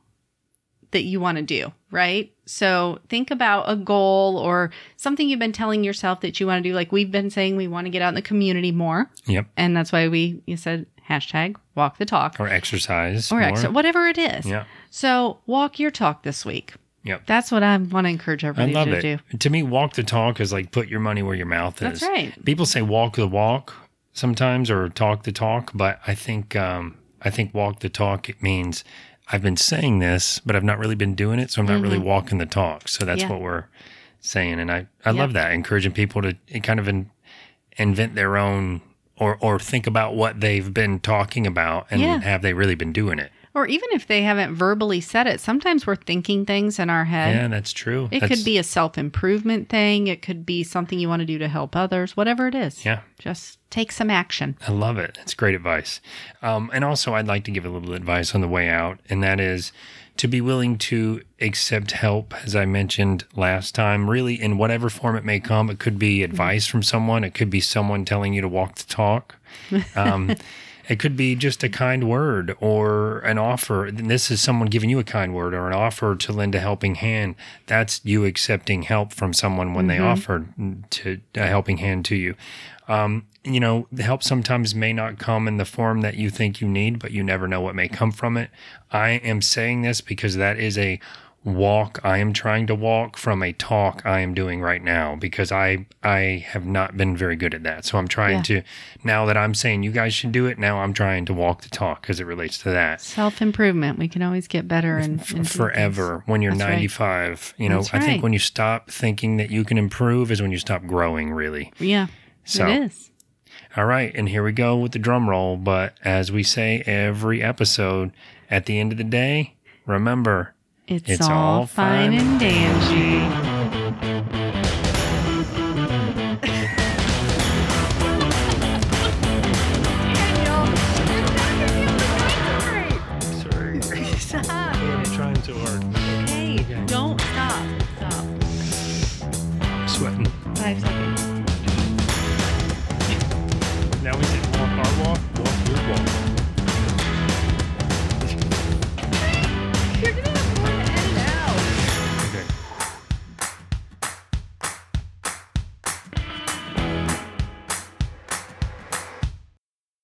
Speaker 3: that you want to do, right? So think about a goal or something you've been telling yourself that you want to do. Like we've been saying, we want to get out in the community more.
Speaker 2: Yep.
Speaker 3: And that's why we, you said hashtag walk the talk
Speaker 2: Or exercise.
Speaker 3: or
Speaker 2: more.
Speaker 3: extra, whatever it is.
Speaker 2: Yeah.
Speaker 3: So walk your talk this week.
Speaker 2: Yep.
Speaker 3: That's what I want to encourage
Speaker 2: I
Speaker 3: everybody
Speaker 2: love
Speaker 3: to
Speaker 2: it.
Speaker 3: do.
Speaker 2: To me, walk the talk is like put your money where your mouth is.
Speaker 3: That's right.
Speaker 2: People say walk the walk sometimes or talk the talk, but I think um, I think walk the talk it means I've been saying this, but I've not really been doing it, so I'm not really walking the talk. So that's
Speaker 3: Mm-hmm. Yeah.
Speaker 2: what we're saying, and I I love that encouraging people to eh, kind of in, invent their own. Or, or think about what they've been talking about and
Speaker 3: Yeah.
Speaker 2: have they really been doing it?
Speaker 3: Or even if they haven't verbally said it, sometimes we're thinking things in our head.
Speaker 2: Yeah, that's true.
Speaker 3: It
Speaker 2: That's-
Speaker 3: could be a self improvement thing. It could be something you want to do to help others, whatever it is.
Speaker 2: Yeah.
Speaker 3: Just take some action.
Speaker 2: I love it. That's great advice. Um, and also, I'd like to give a little advice on the way out, and that is to be willing to accept help, as I mentioned last time, really in whatever form it may come. It could be advice from someone, it could be someone telling you to walk the talk. Um, It could be just a kind word or an offer. And This is someone giving you a kind word or an offer to lend a helping hand. That's you accepting help from someone when they offered to a helping hand to you. Um, you know, the help sometimes may not come in the form that you think you need, but you never know what may come from it. I am saying this because that is a walk I am trying to walk from a talk I am doing right now because I I have not been very good at that. So I'm trying to now that I'm saying you guys should do it, now I'm trying to walk the talk as it relates to that.
Speaker 3: Self improvement. We can always get better and, and do things.
Speaker 2: Forever when you're
Speaker 3: That's right.
Speaker 2: 95, you know,
Speaker 3: That's
Speaker 2: I
Speaker 3: right.
Speaker 2: think when you stop thinking that you can improve is when you stop growing really.
Speaker 3: Yeah.
Speaker 2: So-
Speaker 3: It is.
Speaker 2: All right, and here we go with the drum roll, but as we say every episode at the end of the day, remember
Speaker 3: It's,
Speaker 2: It's
Speaker 3: all,
Speaker 2: all
Speaker 3: fine
Speaker 2: fine.
Speaker 3: and dandy.
Speaker 2: I'm trying so hard.
Speaker 3: Hey, don't stop. Stop.
Speaker 2: I'm sweating.
Speaker 3: Five seconds.